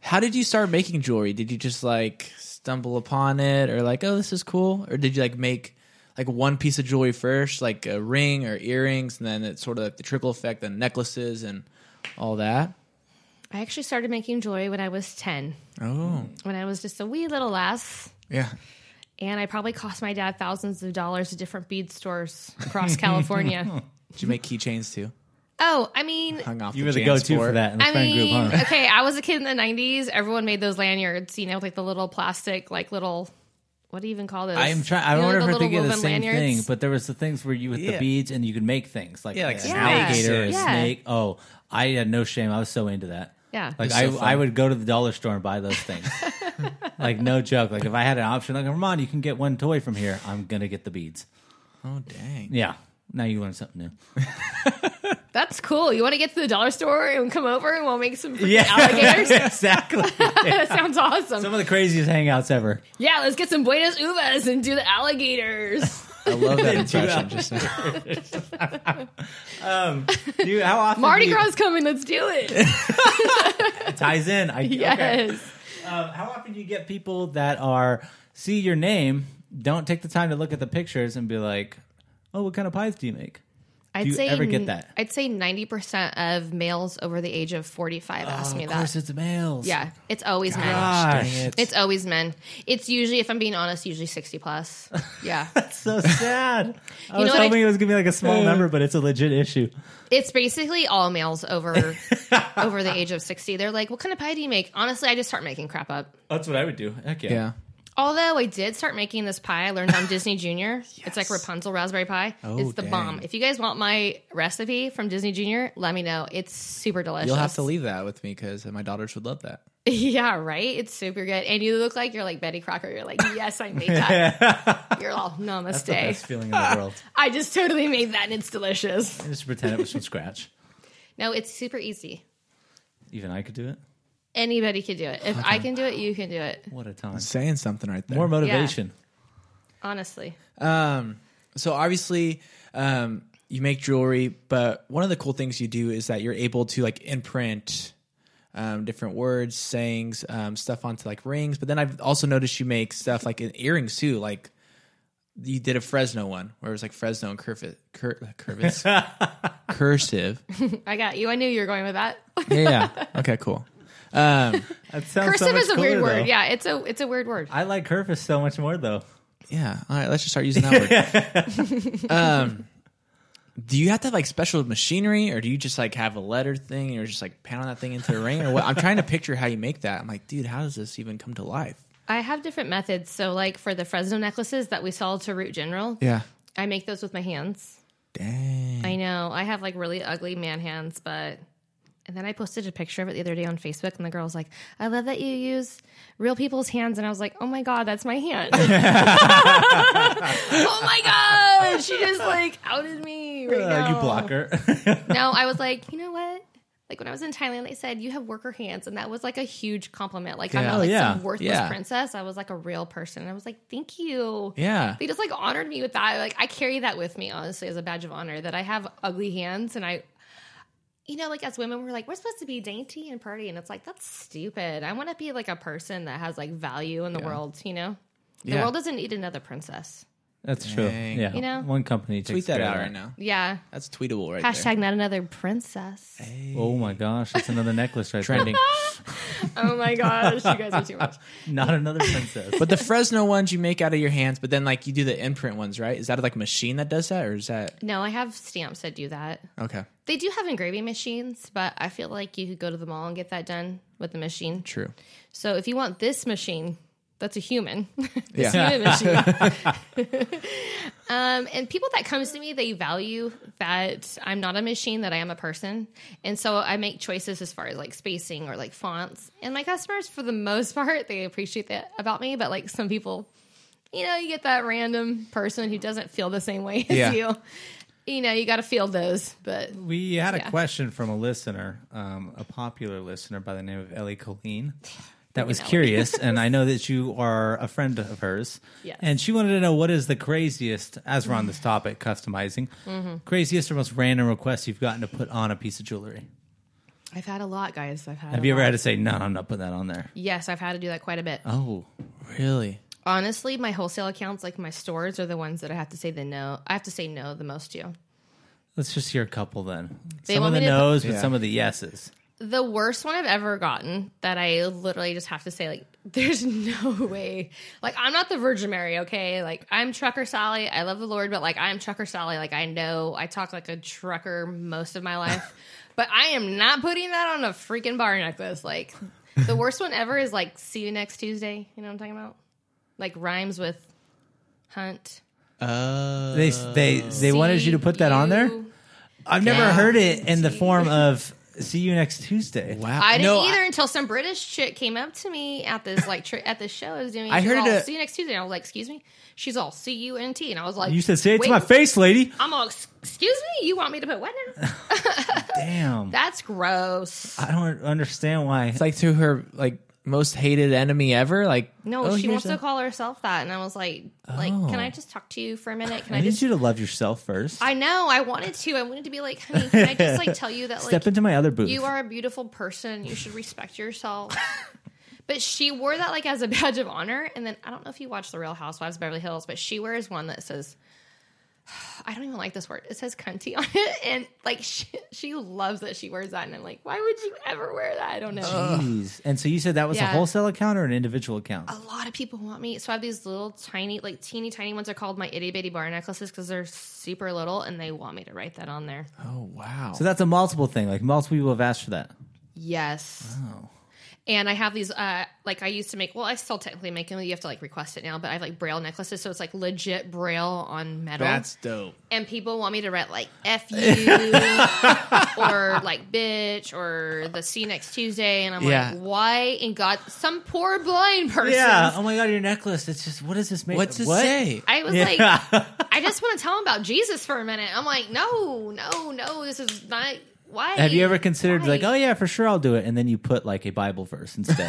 Speaker 2: How did you start making jewelry? Did you just like stumble upon it, or like, oh, this is cool, or did you like make like one piece of jewelry first, like a ring or earrings, and then it's sort of like the trickle effect, then necklaces and all that?
Speaker 3: I actually started making jewelry when I was 10,
Speaker 2: Oh,
Speaker 3: when I was just a wee little lass.
Speaker 2: yeah.
Speaker 3: And I probably cost my dad thousands of dollars at different bead stores
Speaker 4: [laughs]
Speaker 3: across California.
Speaker 2: Did you make keychains too?
Speaker 3: Oh, I mean,
Speaker 2: Hung off.
Speaker 4: You
Speaker 2: the
Speaker 4: were the
Speaker 2: Jan
Speaker 4: go-to for
Speaker 2: Sport.
Speaker 4: that in the
Speaker 3: I
Speaker 4: friend
Speaker 3: mean,
Speaker 4: group, huh?
Speaker 3: okay, I was a kid in the 90s. Everyone made those lanyards, you know, with like the little plastic, like little, what do you even call those?
Speaker 4: I am trying. I
Speaker 3: You know,
Speaker 4: wonder
Speaker 3: like the
Speaker 4: if we're thinking of the
Speaker 3: little
Speaker 4: same
Speaker 3: woven
Speaker 4: thing,
Speaker 3: lanyards?
Speaker 4: but there was the things where you with
Speaker 2: Yeah.
Speaker 4: the beads and you could make things like,
Speaker 2: Yeah, like
Speaker 4: an
Speaker 3: snakes.
Speaker 4: alligator, a
Speaker 3: Yeah.
Speaker 4: snake. Oh, I had no shame. I was so into that.
Speaker 3: Yeah.
Speaker 4: Like
Speaker 2: That's
Speaker 4: I,
Speaker 2: so fun.
Speaker 4: I would go to the dollar store and buy those
Speaker 3: [laughs]
Speaker 4: things. like no joke. Like if I had an option, like Ramon, you can get one toy from here. I'm gonna get the beads.
Speaker 2: Oh, dang.
Speaker 4: Yeah. Now you learn something new.
Speaker 3: That's cool. You want to get to the dollar store and come over and we'll make some freaking
Speaker 4: Yeah. [laughs]
Speaker 3: alligators?
Speaker 4: exactly.
Speaker 3: that sounds awesome.
Speaker 4: Some of the craziest hangouts ever.
Speaker 3: Yeah, let's get some Buenos Uvas and do the
Speaker 4: [laughs]
Speaker 3: alligators.
Speaker 2: I love that
Speaker 4: Didn't do
Speaker 2: impression.
Speaker 4: that.
Speaker 2: Just
Speaker 4: Dude, how often do
Speaker 3: Mardi
Speaker 4: you-
Speaker 3: Gras coming, let's do
Speaker 4: [laughs]
Speaker 3: it.
Speaker 4: it ties in? I, okay.
Speaker 3: [laughs] Yes.
Speaker 4: Um, how often do you get people that are see your name, don't take the time to look at the pictures and be like, "Oh, what kind of pies do you make?"
Speaker 3: I'd
Speaker 4: you ever get
Speaker 3: n-
Speaker 4: that?
Speaker 3: I'd say 90% of males over the age of 45 ask me
Speaker 4: Oh, of course,
Speaker 3: that.
Speaker 4: it's males.
Speaker 3: Yeah, it's always men.
Speaker 4: Gosh,
Speaker 2: dang it.
Speaker 3: It's always men. It's usually, if I'm being honest, usually 60
Speaker 4: [laughs]
Speaker 3: plus. Yeah.
Speaker 4: so [laughs] sad. I
Speaker 3: You
Speaker 4: was
Speaker 3: know what I-
Speaker 4: hoping it was gonna be like a small number, but it's a legit issue.
Speaker 3: it's basically all males
Speaker 4: [laughs]
Speaker 3: over over the age of 60. They're like, what kind of pie do you make? Honestly, I just start making crap up.
Speaker 4: That's what I would do. Heck
Speaker 2: yeah.
Speaker 3: Although I did start making this pie I learned on Disney Junior. It's like Rapunzel raspberry pie.
Speaker 2: Oh,
Speaker 3: it's the
Speaker 2: dang.
Speaker 3: bomb. If you guys want my recipe from Disney Junior, let me know. It's super delicious.
Speaker 2: You'll have to leave that with me because my daughters would love that.
Speaker 3: [laughs] Yeah, right? It's super good. And you look like you're like Betty Crocker. You're like, yes, I made that. you're all
Speaker 4: That's the
Speaker 3: namaste.
Speaker 4: best feeling in the world. [laughs]
Speaker 3: I just totally made that and it's delicious.
Speaker 4: And just pretend it was from scratch.
Speaker 3: No, it's super easy.
Speaker 4: Even I could do it.
Speaker 3: Anybody could do it. If I can do it, you can do it.
Speaker 4: What a time.
Speaker 2: Saying something right there.
Speaker 4: More motivation.
Speaker 3: Honestly.
Speaker 2: Um, so obviously, um, you make jewelry, but one of the cool things you do is that you're able to like imprint um, different words, sayings, um, stuff onto like rings. But then I've also noticed you make stuff like in earrings too. Like you did a Fresno one where it was like Fresno and curvi- cur- [laughs] curvis, cursive.
Speaker 3: I got you. I knew you were going with that.
Speaker 2: Yeah. Okay. Cool. Um,
Speaker 4: That sounds
Speaker 3: Cursive
Speaker 4: so much
Speaker 3: is a weird
Speaker 4: cooler,
Speaker 3: word.
Speaker 4: though.
Speaker 3: Yeah, it's a it's a weird word.
Speaker 4: I like curvis so much more though.
Speaker 2: yeah. All right. Let's just start using that word. um, [laughs] do you have to have like special machinery, or do you just like have a letter thing, and you're just like pounding that thing into a ring, or what? I'm trying to picture how you make that. I'm like, dude, how does this even come to life?
Speaker 3: I have different methods. So, like for the Fresno necklaces that we sell to Root General,
Speaker 2: Yeah.
Speaker 3: I make those with my hands.
Speaker 2: Dang.
Speaker 3: I know I have like really ugly man hands, but. And then I posted a picture of it the other day on Facebook, and the girl was like, "I love that you use real people's hands." And I was like, "Oh my god, that's my hand! [laughs] oh my god, she just like outed me right
Speaker 4: Uh,
Speaker 3: now."
Speaker 4: you blocker. [laughs]
Speaker 3: No, I was like, you know what? Like when I was in Thailand, they said you have worker hands, and that was like a huge compliment. Like I'm
Speaker 2: Yeah.
Speaker 3: not
Speaker 2: Oh,
Speaker 3: like
Speaker 4: yeah.
Speaker 3: some worthless
Speaker 2: Yeah.
Speaker 3: princess. I was like a real person. And I was like, thank you.
Speaker 2: Yeah.
Speaker 3: They just like honored me with that. Like I carry that with me, honestly, as a badge of honor that I have ugly hands and I you know, like as women, we're like, we're supposed to be dainty and pretty. And it's like, that's stupid. I want to be like a person that has like value in the world, you know? The
Speaker 2: Yeah.
Speaker 3: world doesn't need another princess.
Speaker 4: That's true.
Speaker 2: Dang.
Speaker 4: Yeah.
Speaker 3: You know?
Speaker 4: one company takes
Speaker 2: Tweet that
Speaker 4: care of
Speaker 2: out right now.
Speaker 3: Yeah.
Speaker 2: That's tweetable right there.
Speaker 3: Hashtag not another princess.
Speaker 4: Oh my gosh, that's another necklace right
Speaker 3: [laughs]
Speaker 4: there.
Speaker 2: Trending.
Speaker 3: Oh my gosh, you guys are too much.
Speaker 4: [laughs] Not another princess.
Speaker 2: but the Fresno ones you make out of your hands, but then like you do the imprint ones, right? Is that like a machine that does that, or is that
Speaker 3: No, I have stamps that do that.
Speaker 2: okay?
Speaker 3: They do have engraving machines, but I feel like you could go to the mall and get that done with the machine.
Speaker 2: True.
Speaker 3: So if you want this machine, that's a human. [laughs] this
Speaker 2: Yeah.
Speaker 4: [laughs]
Speaker 3: human machine. [laughs] um, and people that comes to me, they value that I'm not a machine, that I am a person. And so I make choices as far as like spacing or like fonts. And my customers, for the most [laughs] part, they appreciate that about me. But like some people, you know, you get that random person who doesn't feel the same way [laughs] as
Speaker 2: Yeah.
Speaker 3: you. You know, you got to feel those, but
Speaker 4: We had a
Speaker 3: Yeah.
Speaker 4: question from a listener, um, a popular listener by the name of Ellie Colleen, that was
Speaker 3: Ellie.
Speaker 4: curious, and I
Speaker 3: [laughs]
Speaker 4: know that you are a friend of hers.
Speaker 3: Yes.
Speaker 4: And she wanted to know what is the craziest, as we're on this topic, customizing,
Speaker 3: Mm-hmm.
Speaker 4: craziest or most random request you've gotten to put on a piece of jewelry.
Speaker 3: I've had a lot, guys. I've had.
Speaker 4: Have
Speaker 3: a
Speaker 4: you ever
Speaker 3: lot.
Speaker 4: had to say, no, I'm not putting that on there?
Speaker 3: Yes, I've had to do that quite a bit.
Speaker 4: Oh,
Speaker 2: Really?
Speaker 3: honestly, my wholesale accounts, like my stores, are the ones that I have to say the no. I have to say no the most to.
Speaker 4: let's just hear a couple then.
Speaker 3: They
Speaker 4: some of
Speaker 3: want
Speaker 4: the
Speaker 3: me to put-
Speaker 4: no's, but
Speaker 2: Yeah.
Speaker 4: some of the yeses.
Speaker 3: The worst one I've ever gotten that I literally just have to say like, [laughs] there's no way. Like I'm not the Virgin Mary, okay? Like I'm trucker Sally. I love the Lord, but like I'm trucker Sally. Like I know I talk like a trucker most of my life, but I am not putting that on a freaking bar necklace. Like the worst one ever is like, see you next Tuesday. You know what I'm talking about? Like rhymes with hunt.
Speaker 2: Uh,
Speaker 4: They, they, they wanted you to put that on there?
Speaker 3: You-
Speaker 4: I've never
Speaker 3: Yeah.
Speaker 4: heard it in the form of see you next Tuesday.
Speaker 2: wow.
Speaker 3: I didn't
Speaker 2: No,
Speaker 3: either until some British chick came up to me at this like tri- at this show I was doing.
Speaker 2: I
Speaker 3: She was
Speaker 2: heard
Speaker 3: all,
Speaker 2: it a-
Speaker 3: see you next Tuesday. And I was like, excuse me. She's all C U N T, and I was like,
Speaker 4: You said, say it
Speaker 3: wait,
Speaker 4: to my face, lady.
Speaker 3: I'm all, "Ex- excuse me. You want me to put what
Speaker 4: [laughs]
Speaker 3: now?
Speaker 4: Damn.
Speaker 3: That's gross.
Speaker 4: I don't understand why.
Speaker 2: It's like to her like most hated enemy ever. Like
Speaker 3: No,
Speaker 2: oh,
Speaker 3: she
Speaker 2: here's
Speaker 3: wants
Speaker 2: a-
Speaker 3: to call herself that, and I was like, like, can I just talk to you for a minute? Can I,
Speaker 4: Oh. I need
Speaker 3: just?
Speaker 4: you to love yourself first.
Speaker 3: I know. I wanted to. I wanted to be like, honey, can I just like tell
Speaker 4: [laughs]
Speaker 3: you that like
Speaker 4: Step into my other booth.
Speaker 3: you
Speaker 4: [laughs]
Speaker 3: are a beautiful person. You should respect yourself. but she wore that like as a badge of honor. And then I don't know if you watch The Real Housewives of Beverly Hills, but she wears one that says, [sighs] I don't even like this word. It says cunty on it. And like [laughs] she, she loves that she wears that. And I'm like, why would you ever wear that? I don't know.
Speaker 4: Jeez. And so you said that was a
Speaker 3: Yeah. Oh.
Speaker 4: wholesale account or an individual account?
Speaker 3: a lot of people want me. So I have these little tiny, like teeny tiny ones are called my itty bitty bar necklaces because they're super little and they want me to write that on there.
Speaker 2: Oh wow.
Speaker 4: So that's a multiple thing. Like multiple people have asked for that.
Speaker 3: Yes. And I have these, uh, like I used to make. Well, I still technically make them. You have to like request it now, but I have like braille necklaces, so it's like legit braille on metal.
Speaker 2: that's dope.
Speaker 3: and people want me to write like "f
Speaker 4: [laughs]
Speaker 3: you" or like "bitch" or the "see you next Tuesday," and I'm
Speaker 2: Yeah.
Speaker 3: like, why? in God, some poor blind person.
Speaker 4: Yeah. Oh my God, your necklace. It's just, what is this made
Speaker 2: What's it
Speaker 4: what?
Speaker 2: say?
Speaker 3: I was like,
Speaker 4: Yeah.
Speaker 3: I just want to tell them about Jesus for a minute. I'm like, no, no, no, this is not. Why?
Speaker 4: have you ever considered,
Speaker 3: Why?
Speaker 4: like, oh yeah, for sure I'll do it? And then you put like a Bible verse
Speaker 3: [laughs]
Speaker 4: instead. in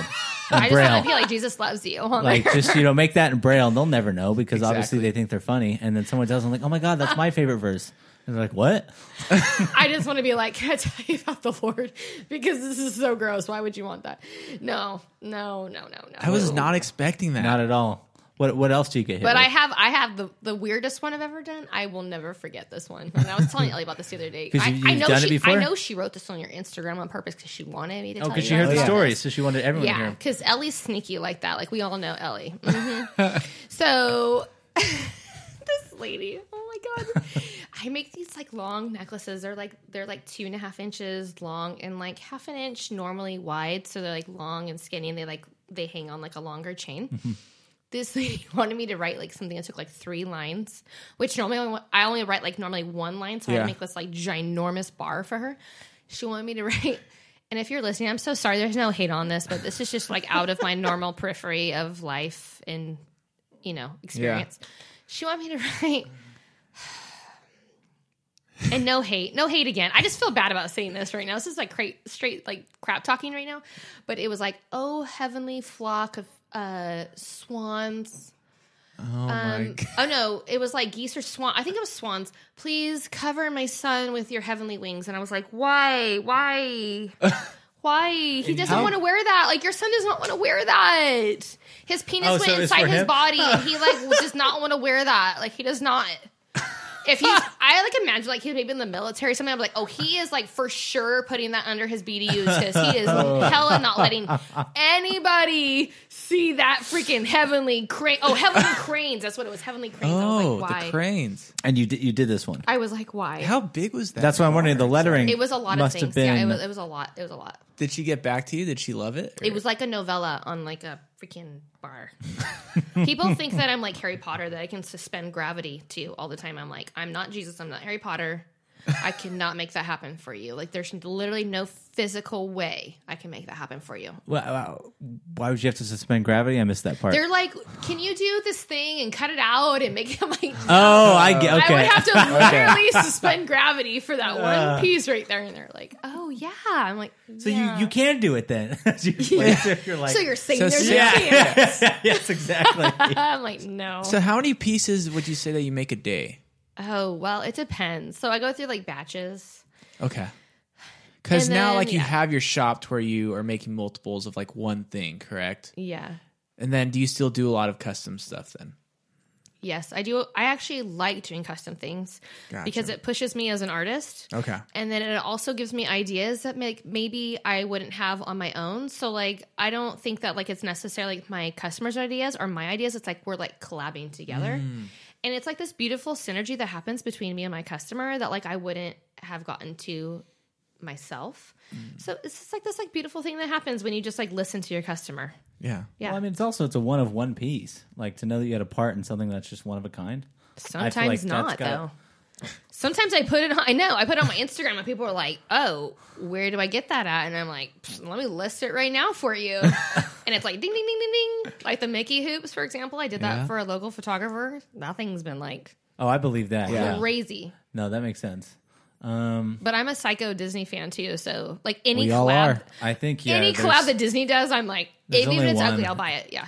Speaker 3: I just
Speaker 4: braille.
Speaker 3: want to be like Jesus loves you. [laughs] on there.
Speaker 4: like just you know make that in braille and they'll never know because obviously
Speaker 2: Exactly.
Speaker 4: they think they're funny and then someone tells them like oh my god that's my favorite verse and they're like what
Speaker 3: I just want to be like, can I tell you about the Lord? Because this is so gross. Why would you want that? No, no, no, no, no.
Speaker 2: I was not expecting that.
Speaker 4: not at all what what else do you get hit
Speaker 3: But I
Speaker 4: with?
Speaker 3: have, I have the, the weirdest one I've ever done. I will never forget this one. And I was telling Ellie about this the other day.
Speaker 4: [laughs] 'Cause
Speaker 3: I,
Speaker 4: you-
Speaker 3: I
Speaker 4: you've
Speaker 3: know
Speaker 4: done it
Speaker 3: she,
Speaker 4: before?
Speaker 3: I know she wrote this on your Instagram on purpose because she wanted me to.
Speaker 4: oh
Speaker 3: because
Speaker 4: because she heard the
Speaker 2: Yeah.
Speaker 4: story so she wanted everyone to hear
Speaker 3: Yeah,
Speaker 4: 'em.
Speaker 3: because Ellie's sneaky like that. Like we all know Ellie. Mhm. so [laughs] this lady, oh my god, I make these like long necklaces. They're like they're like two and a half inches long and like half an inch normally wide. So they're like long and skinny, and they like they hang on like a longer chain. This lady [laughs] wanted me to write like something that took like three lines, which normally I only- I only write like normally one line, so I
Speaker 2: Yeah.
Speaker 3: had to make this like ginormous bar for her. She wanted me to [laughs] write and if you're listening, I'm so sorry. There's no hate on this, but this is just like out of my normal periphery of life and you know experience. She wanted me to write, and no hate, no hate again. I just feel bad about saying this right now. This is like cra- straight like crap talking right now, but it was like, oh heavenly flock of uh swans.
Speaker 2: Oh my.
Speaker 4: [laughs]
Speaker 3: Um,
Speaker 2: God.
Speaker 3: oh no, it was like geese or swan. I think it was swans.
Speaker 4: [laughs]
Speaker 3: Please cover my son with your heavenly wings. And I was like, why, why, Why? He doesn't
Speaker 4: how-
Speaker 3: want to wear that. Like your son does not want to wear that. His penis
Speaker 4: Oh,
Speaker 3: went
Speaker 4: so it's
Speaker 3: inside
Speaker 4: for
Speaker 3: his
Speaker 4: him?
Speaker 3: body and he
Speaker 4: [laughs]
Speaker 3: like does not want to wear that. Like he does not. If
Speaker 4: [laughs]
Speaker 3: he's I like imagine like he's maybe in the military or something, I'm like, oh, he is like for sure putting that under his BDUs because he
Speaker 4: [laughs]
Speaker 3: is hella not letting anybody see that freaking heavenly crane. Oh,
Speaker 4: [laughs]
Speaker 3: heavenly cranes. That's what it was. Heavenly cranes. I
Speaker 2: Oh,
Speaker 3: was like, why?
Speaker 2: the cranes.
Speaker 4: And you did you did this one.
Speaker 3: I was like, why?
Speaker 2: How big was that?
Speaker 4: That's why I'm wondering. The
Speaker 2: car?
Speaker 4: lettering.
Speaker 3: it was a lot of
Speaker 4: must
Speaker 3: things.
Speaker 4: Have been,
Speaker 3: Yeah, it was, it was a lot. It was a lot.
Speaker 2: Did she get back to you? Did she love it?
Speaker 3: It was like a novella on like a freaking bar. [laughs] People think that I'm like Harry Potter, that I can suspend gravity to all the time. I'm like, I'm not Jesus. I'm not Harry Potter. I cannot make that happen for you. Like, there's literally no physical way I can make that happen for you.
Speaker 4: Wow, why would you have to suspend gravity? I missed that part.
Speaker 3: They're like, can you do this thing and cut it out and make it [laughs] I'm like?
Speaker 4: oh, I get.
Speaker 3: I
Speaker 4: Okay. Uh.
Speaker 3: would have to literally suspend gravity for that one piece right there, and they're like, "Oh yeah." I'm like,
Speaker 4: [laughs] so
Speaker 3: yeah.
Speaker 4: you you can do it then. [laughs] As you are like,
Speaker 3: so you're saying
Speaker 2: So
Speaker 3: there's
Speaker 2: see-
Speaker 3: a chance?
Speaker 4: [laughs] yes, exactly. [laughs]
Speaker 3: I'm like, no.
Speaker 2: So how many pieces would you say that you make a day?
Speaker 3: Oh, well, it depends. So I go through like batches.
Speaker 2: Okay. Because
Speaker 3: And
Speaker 2: now,
Speaker 3: then,
Speaker 2: like, you
Speaker 3: yeah.
Speaker 2: have your shop to where you are making multiples of like one thing, correct?
Speaker 3: Yeah.
Speaker 2: And then, do you still do a lot of custom stuff then?
Speaker 3: Yes, I do. I actually like doing custom things because
Speaker 2: Gotcha.
Speaker 3: it pushes me as an artist.
Speaker 2: Okay.
Speaker 3: And then it also gives me ideas that make maybe I wouldn't have on my own. So like I don't think that like it's necessarily like, my customers' ideas or my ideas. It's like we're like collabing together. And it's like this beautiful synergy that happens between me and my customer that like I wouldn't have gotten to myself. So it's just like this like beautiful thing that happens when you just like listen to your customer.
Speaker 2: Yeah.
Speaker 3: Yeah.
Speaker 4: Well, I mean, it's also it's a one of one piece. Like to know that you had a part in something that's just one of a kind. I feel like
Speaker 3: Sometimes not
Speaker 4: that's got-
Speaker 3: though. Sometimes I put it on. I know I put it on my Instagram, and people are like, "Oh, where do I get that at?" And I'm like, "Pfft, "Let me list it right now for
Speaker 4: [laughs]
Speaker 3: you." and it's like ding, ding, ding, ding, ding. Like the Mickey hoops, for example. I did that
Speaker 2: Yeah.
Speaker 3: for a local photographer. Nothing's been like
Speaker 4: Oh, I believe that. Yeah.
Speaker 3: crazy.
Speaker 4: No, that makes sense. Um,
Speaker 3: But I'm a psycho Disney fan too, so like any
Speaker 2: We
Speaker 3: collab,
Speaker 2: all are.
Speaker 4: I think yeah.
Speaker 3: any
Speaker 4: there's-
Speaker 3: collab that Disney does, I'm like,
Speaker 4: There's
Speaker 3: even if
Speaker 4: only
Speaker 3: it's ugly,
Speaker 4: one.
Speaker 3: I'll buy it. Yeah,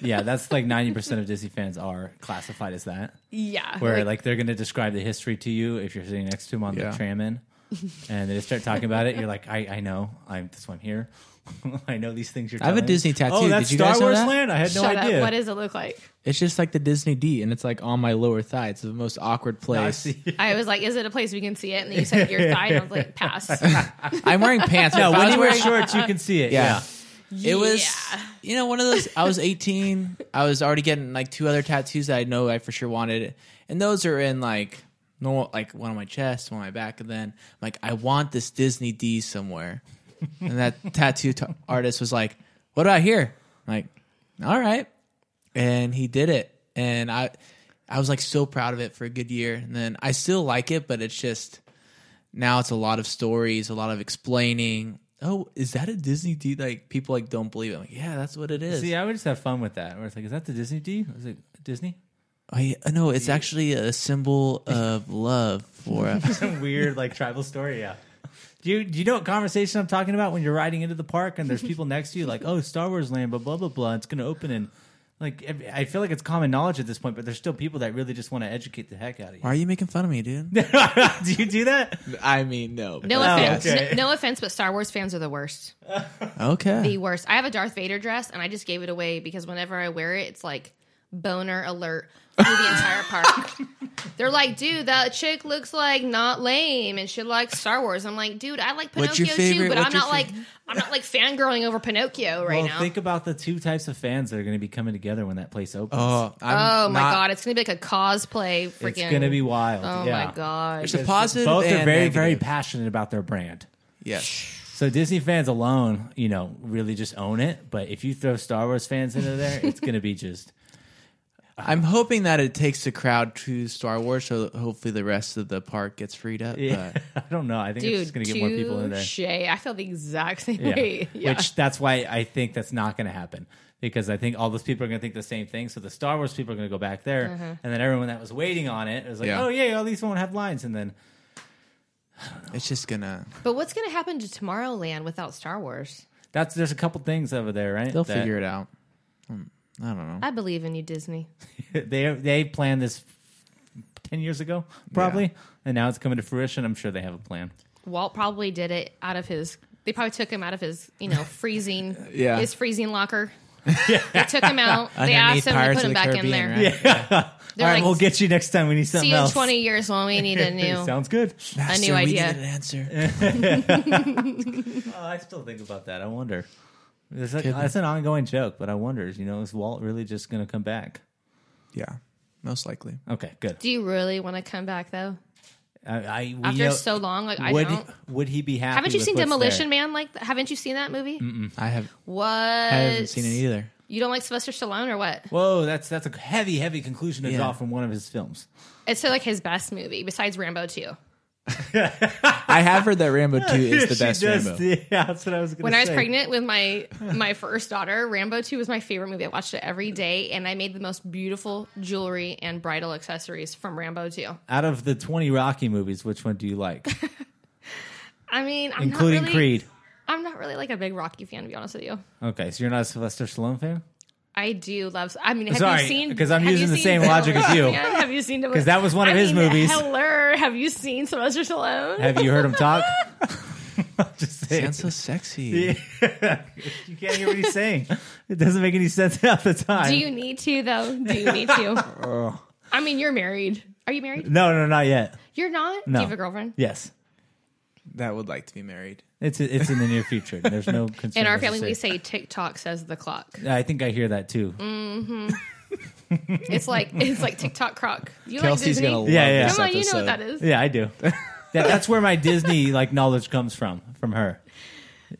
Speaker 4: [laughs] yeah, that's like ninety percent of Disney fans are classified as that.
Speaker 3: yeah.
Speaker 4: Where like, they're going to describe the history to you if you're sitting next to them on
Speaker 2: Yeah.
Speaker 4: the
Speaker 2: [laughs]
Speaker 4: tram in, and they just start talking about it. You're like, I, I know, I'm that's why I'm here. [laughs] I know these things you're.
Speaker 2: I have a
Speaker 4: telling.
Speaker 2: Disney tattoo.
Speaker 4: Oh,
Speaker 2: Did
Speaker 4: that's
Speaker 2: you
Speaker 4: Star
Speaker 2: guys know
Speaker 4: Wars
Speaker 2: that?
Speaker 4: land. I had no
Speaker 3: Shut
Speaker 4: idea.
Speaker 3: up. What does it look like?
Speaker 2: It's just like the Disney D, and it's like on my lower thigh. It's the most awkward
Speaker 4: I
Speaker 2: place.
Speaker 3: [laughs]
Speaker 4: see.
Speaker 3: I was like, "Is it a place we can see it?" And then you said
Speaker 4: [laughs]
Speaker 3: your thigh, and I was like, "Pass."
Speaker 2: I'm [laughs] wearing pants.
Speaker 4: No,
Speaker 2: If I
Speaker 4: when
Speaker 2: was
Speaker 4: you wear
Speaker 2: wearing-
Speaker 4: shorts, you can see it.
Speaker 2: Yeah. It was,
Speaker 3: Yeah.
Speaker 2: you know, one of those. I was 18. I was already getting like two other tattoos that I know I for sure wanted, and those are in like normal, like one on my chest, one on my back, and then like I want this Disney D somewhere. And that [laughs] tattoo t- artist was like, "What about here?" I'm like, all right, and he did it, and I, I was like so proud of it for a good year, and then I still like it, but it's just now it's a lot of stories, a lot of explaining. Oh, is that a Disney D? Like people like don't believe it. I'm like, yeah, that's what it is.
Speaker 4: See, I would just have fun with that. Where it's like, is that the Disney D? I was like, Disney?
Speaker 2: I no, it's actually a symbol
Speaker 4: [laughs]
Speaker 2: of love for us.
Speaker 4: Some [laughs] weird like tribal story. Yeah. Do you do you know what conversation I'm talking about when you're riding into the park and there's people next to you like, oh, Star Wars Land, but blah blah blah. It's going to open in. Like ev- I feel like it's common knowledge at this point, but there's still people that really just want to educate the heck out of
Speaker 2: Why are you making fun of me, dude?
Speaker 4: [laughs] you. do you do that?
Speaker 2: I mean, no.
Speaker 3: No
Speaker 4: Oh,
Speaker 3: offense.
Speaker 4: okay.
Speaker 3: No, no offense, but Star Wars fans are the worst. The
Speaker 2: Okay.
Speaker 3: worst. I have a Darth Vader dress and I just gave it away because whenever I wear it, it's like boner alert through the entire
Speaker 4: [laughs]
Speaker 3: park. They're like, dude, that chick looks like not lame and she likes Star Wars. I'm like, dude, I like
Speaker 2: What's your
Speaker 3: Pinocchio
Speaker 2: favorite-
Speaker 3: too, but
Speaker 2: what's
Speaker 3: I'm
Speaker 2: your
Speaker 3: not like I'm not like fangirling over Pinocchio right
Speaker 4: well,
Speaker 3: now.
Speaker 4: think about the two types of fans that are going to be coming together when that place opens.
Speaker 2: Oh, I'm
Speaker 3: oh my
Speaker 2: not-
Speaker 3: god, it's gonna be like a cosplay freaking
Speaker 4: it's going to be wild.
Speaker 3: Oh
Speaker 4: yeah.
Speaker 3: my god.
Speaker 2: There's a positive.
Speaker 4: Both
Speaker 2: and
Speaker 4: are very
Speaker 2: negative.
Speaker 4: very passionate about their brand.
Speaker 2: Yes.
Speaker 4: So Disney fans alone, you know, really just own it. But if you throw Star Wars fans into there, it's going to be just
Speaker 2: I'm hoping that it takes the crowd to Star Wars, so that hopefully the rest of the park gets freed up.
Speaker 4: Yeah,
Speaker 2: But
Speaker 4: [laughs] I don't know. I think it's
Speaker 3: Dude,
Speaker 4: just going to get more people in there.
Speaker 3: touche. I feel the exact same [laughs]
Speaker 4: Yeah.
Speaker 3: way. Yeah.
Speaker 4: Which that's why I think that's not going to happen because I think all those people are going to think the same thing. So the Star Wars people are going to go back there,
Speaker 3: Uh-huh.
Speaker 4: and then everyone that was waiting on it was like,
Speaker 2: Yeah.
Speaker 4: "Oh yeah, all these won't have lines." And then
Speaker 2: it's just gonna.
Speaker 4: [laughs]
Speaker 3: But what's going to happen to Tomorrowland without Star Wars?
Speaker 4: that's there's a couple things over there, right?
Speaker 2: They'll
Speaker 4: [laughs]
Speaker 2: figure it out. Hmm, I don't know.
Speaker 3: I believe in you, Disney.
Speaker 4: it. They they planned this ten years ago probably, and now it's coming to fruition. I'm sure they have a plan.
Speaker 3: Walt probably did it out of his They probably took him out of his, you know, freezing,
Speaker 2: [laughs] Yeah.
Speaker 3: his freezing
Speaker 4: [laughs]
Speaker 3: locker. They took
Speaker 2: [laughs]
Speaker 3: him out. they
Speaker 2: Underneath
Speaker 3: asked him. They
Speaker 2: Pirates
Speaker 3: put
Speaker 2: of
Speaker 3: him
Speaker 2: the
Speaker 3: back in
Speaker 2: Caribbean,
Speaker 3: there.
Speaker 2: right?
Speaker 3: They're
Speaker 4: All right,
Speaker 3: like,
Speaker 4: we'll get you next time. We need something
Speaker 3: see you in
Speaker 4: else.
Speaker 3: 20 years when
Speaker 2: [laughs]
Speaker 3: we need a
Speaker 4: [laughs]
Speaker 3: new.
Speaker 4: Sounds good.
Speaker 2: Master,
Speaker 3: new
Speaker 2: we
Speaker 3: idea.
Speaker 2: needed an answer.
Speaker 4: Oh, I still think about that. I wonder. It's, like,
Speaker 2: Couldn't.
Speaker 4: it's an ongoing joke, but I wonder. You know, is Walt really just going to come back?
Speaker 2: Yeah, most likely.
Speaker 4: Okay, good.
Speaker 3: Do you really want to come back though?
Speaker 4: I, I we
Speaker 3: After
Speaker 4: know-
Speaker 3: so long, like I
Speaker 2: [laughs]
Speaker 4: would
Speaker 3: don't.
Speaker 4: would he be happy?
Speaker 3: Haven't you
Speaker 4: with
Speaker 3: seen
Speaker 4: what's
Speaker 3: Demolition
Speaker 4: there?
Speaker 3: Man? Like, haven't you seen that movie?
Speaker 4: Hmm.
Speaker 2: I have.
Speaker 3: What?
Speaker 2: I haven't seen it
Speaker 3: [laughs]
Speaker 2: either.
Speaker 3: You don't like Sylvester Stallone or what?
Speaker 4: Whoa, that's that's a heavy, heavy conclusion to
Speaker 2: Yeah.
Speaker 4: draw from one of
Speaker 2: [laughs]
Speaker 4: his films.
Speaker 3: It's like his best movie besides Rambo 2.
Speaker 2: I have heard that Rambo Two is the
Speaker 4: [laughs] She
Speaker 2: best
Speaker 4: does-
Speaker 2: Rambo.
Speaker 4: Yeah, that's what I was. Gonna
Speaker 3: When I was
Speaker 4: say.
Speaker 3: pregnant with
Speaker 4: [laughs]
Speaker 3: my my first daughter, Rambo 2 was my favorite movie. I watched it every day and I made the most beautiful jewelry and bridal accessories from Rambo 2.
Speaker 4: out of the twenty Rocky movies, which one do
Speaker 3: [laughs]
Speaker 4: you like,
Speaker 3: I mean, I'm
Speaker 4: including
Speaker 3: not really,
Speaker 4: Creed?
Speaker 3: I'm not really like a big Rocky fan to be honest with you.
Speaker 4: Okay, so you're not a Sylvester Stallone fan
Speaker 3: I do love I mean, have
Speaker 4: Sorry,
Speaker 3: you seen
Speaker 4: 'cause I'm
Speaker 3: have you
Speaker 4: using the
Speaker 3: seen
Speaker 4: same logic as you.
Speaker 3: Demolition Man? Have you
Speaker 4: [laughs]
Speaker 3: seen Demolition-
Speaker 4: 'Cause that was one of
Speaker 3: I
Speaker 4: his
Speaker 3: mean,
Speaker 4: movies.
Speaker 3: Heller, have you seen Sylvester Stallone?
Speaker 4: Have you heard him talk? [laughs] Just saying.
Speaker 2: Sounds so sexy.
Speaker 4: You can't hear what he's saying. It doesn't make any sense half the time.
Speaker 3: Do you need to though? Do you need
Speaker 4: [laughs]
Speaker 3: to? I mean, you're married. Are you married?
Speaker 4: no, no, not yet.
Speaker 3: You're not.
Speaker 4: No.
Speaker 3: Do you have a girlfriend?
Speaker 4: Yes,
Speaker 2: That would like to be married.
Speaker 4: it's it's in the near future. There's no concern.
Speaker 3: In our
Speaker 4: necessary.
Speaker 3: family, we say TikTok says the clock.
Speaker 4: I think I hear that too.
Speaker 3: It's like it's like TikTok croc. You
Speaker 2: Kelsey's
Speaker 3: like Disney?
Speaker 2: gonna love
Speaker 4: Yeah, yeah.
Speaker 2: this
Speaker 3: Come on,
Speaker 2: episode.
Speaker 3: you know what that is.
Speaker 4: Yeah,
Speaker 2: [laughs]
Speaker 4: I do. that, that's where my Disney like knowledge comes from, from her.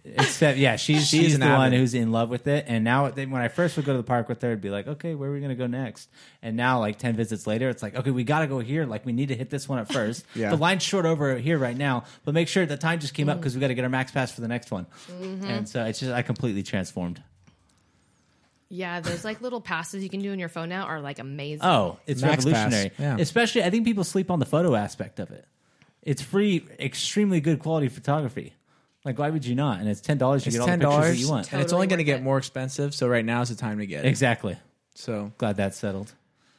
Speaker 4: Except, yeah, she's
Speaker 2: She's
Speaker 4: she's
Speaker 2: an
Speaker 4: the one
Speaker 2: avid-
Speaker 4: who's in love with it. And now, then when I first would go to the park with her, it'd be like, okay, where are we gonna go next? And now, like ten visits later, it's like, okay, we gotta go here. Like, we need to hit this one at first.
Speaker 2: [laughs] Yeah.
Speaker 4: The line's short over here right now, but make sure the time just came up because we got to get our max pass for the next one. And so it's just I completely transformed.
Speaker 3: Yeah, those like little passes you can do on your phone now are like amazing.
Speaker 4: Oh, it's
Speaker 2: Max Pass,
Speaker 4: revolutionary.
Speaker 2: yeah.
Speaker 4: Especially, I think people sleep on the photo aspect of it. It's free, extremely good quality photography. Like, why would you not? And it's ten dollars. You
Speaker 2: It's
Speaker 4: get all
Speaker 2: ten
Speaker 4: the pictures
Speaker 2: dollars,
Speaker 4: that you want.
Speaker 2: and it's
Speaker 3: Totally
Speaker 2: only going to
Speaker 3: worth
Speaker 2: get
Speaker 3: it.
Speaker 2: more expensive. So right now is the time to get it.
Speaker 4: Exactly.
Speaker 2: So
Speaker 4: Glad that's settled.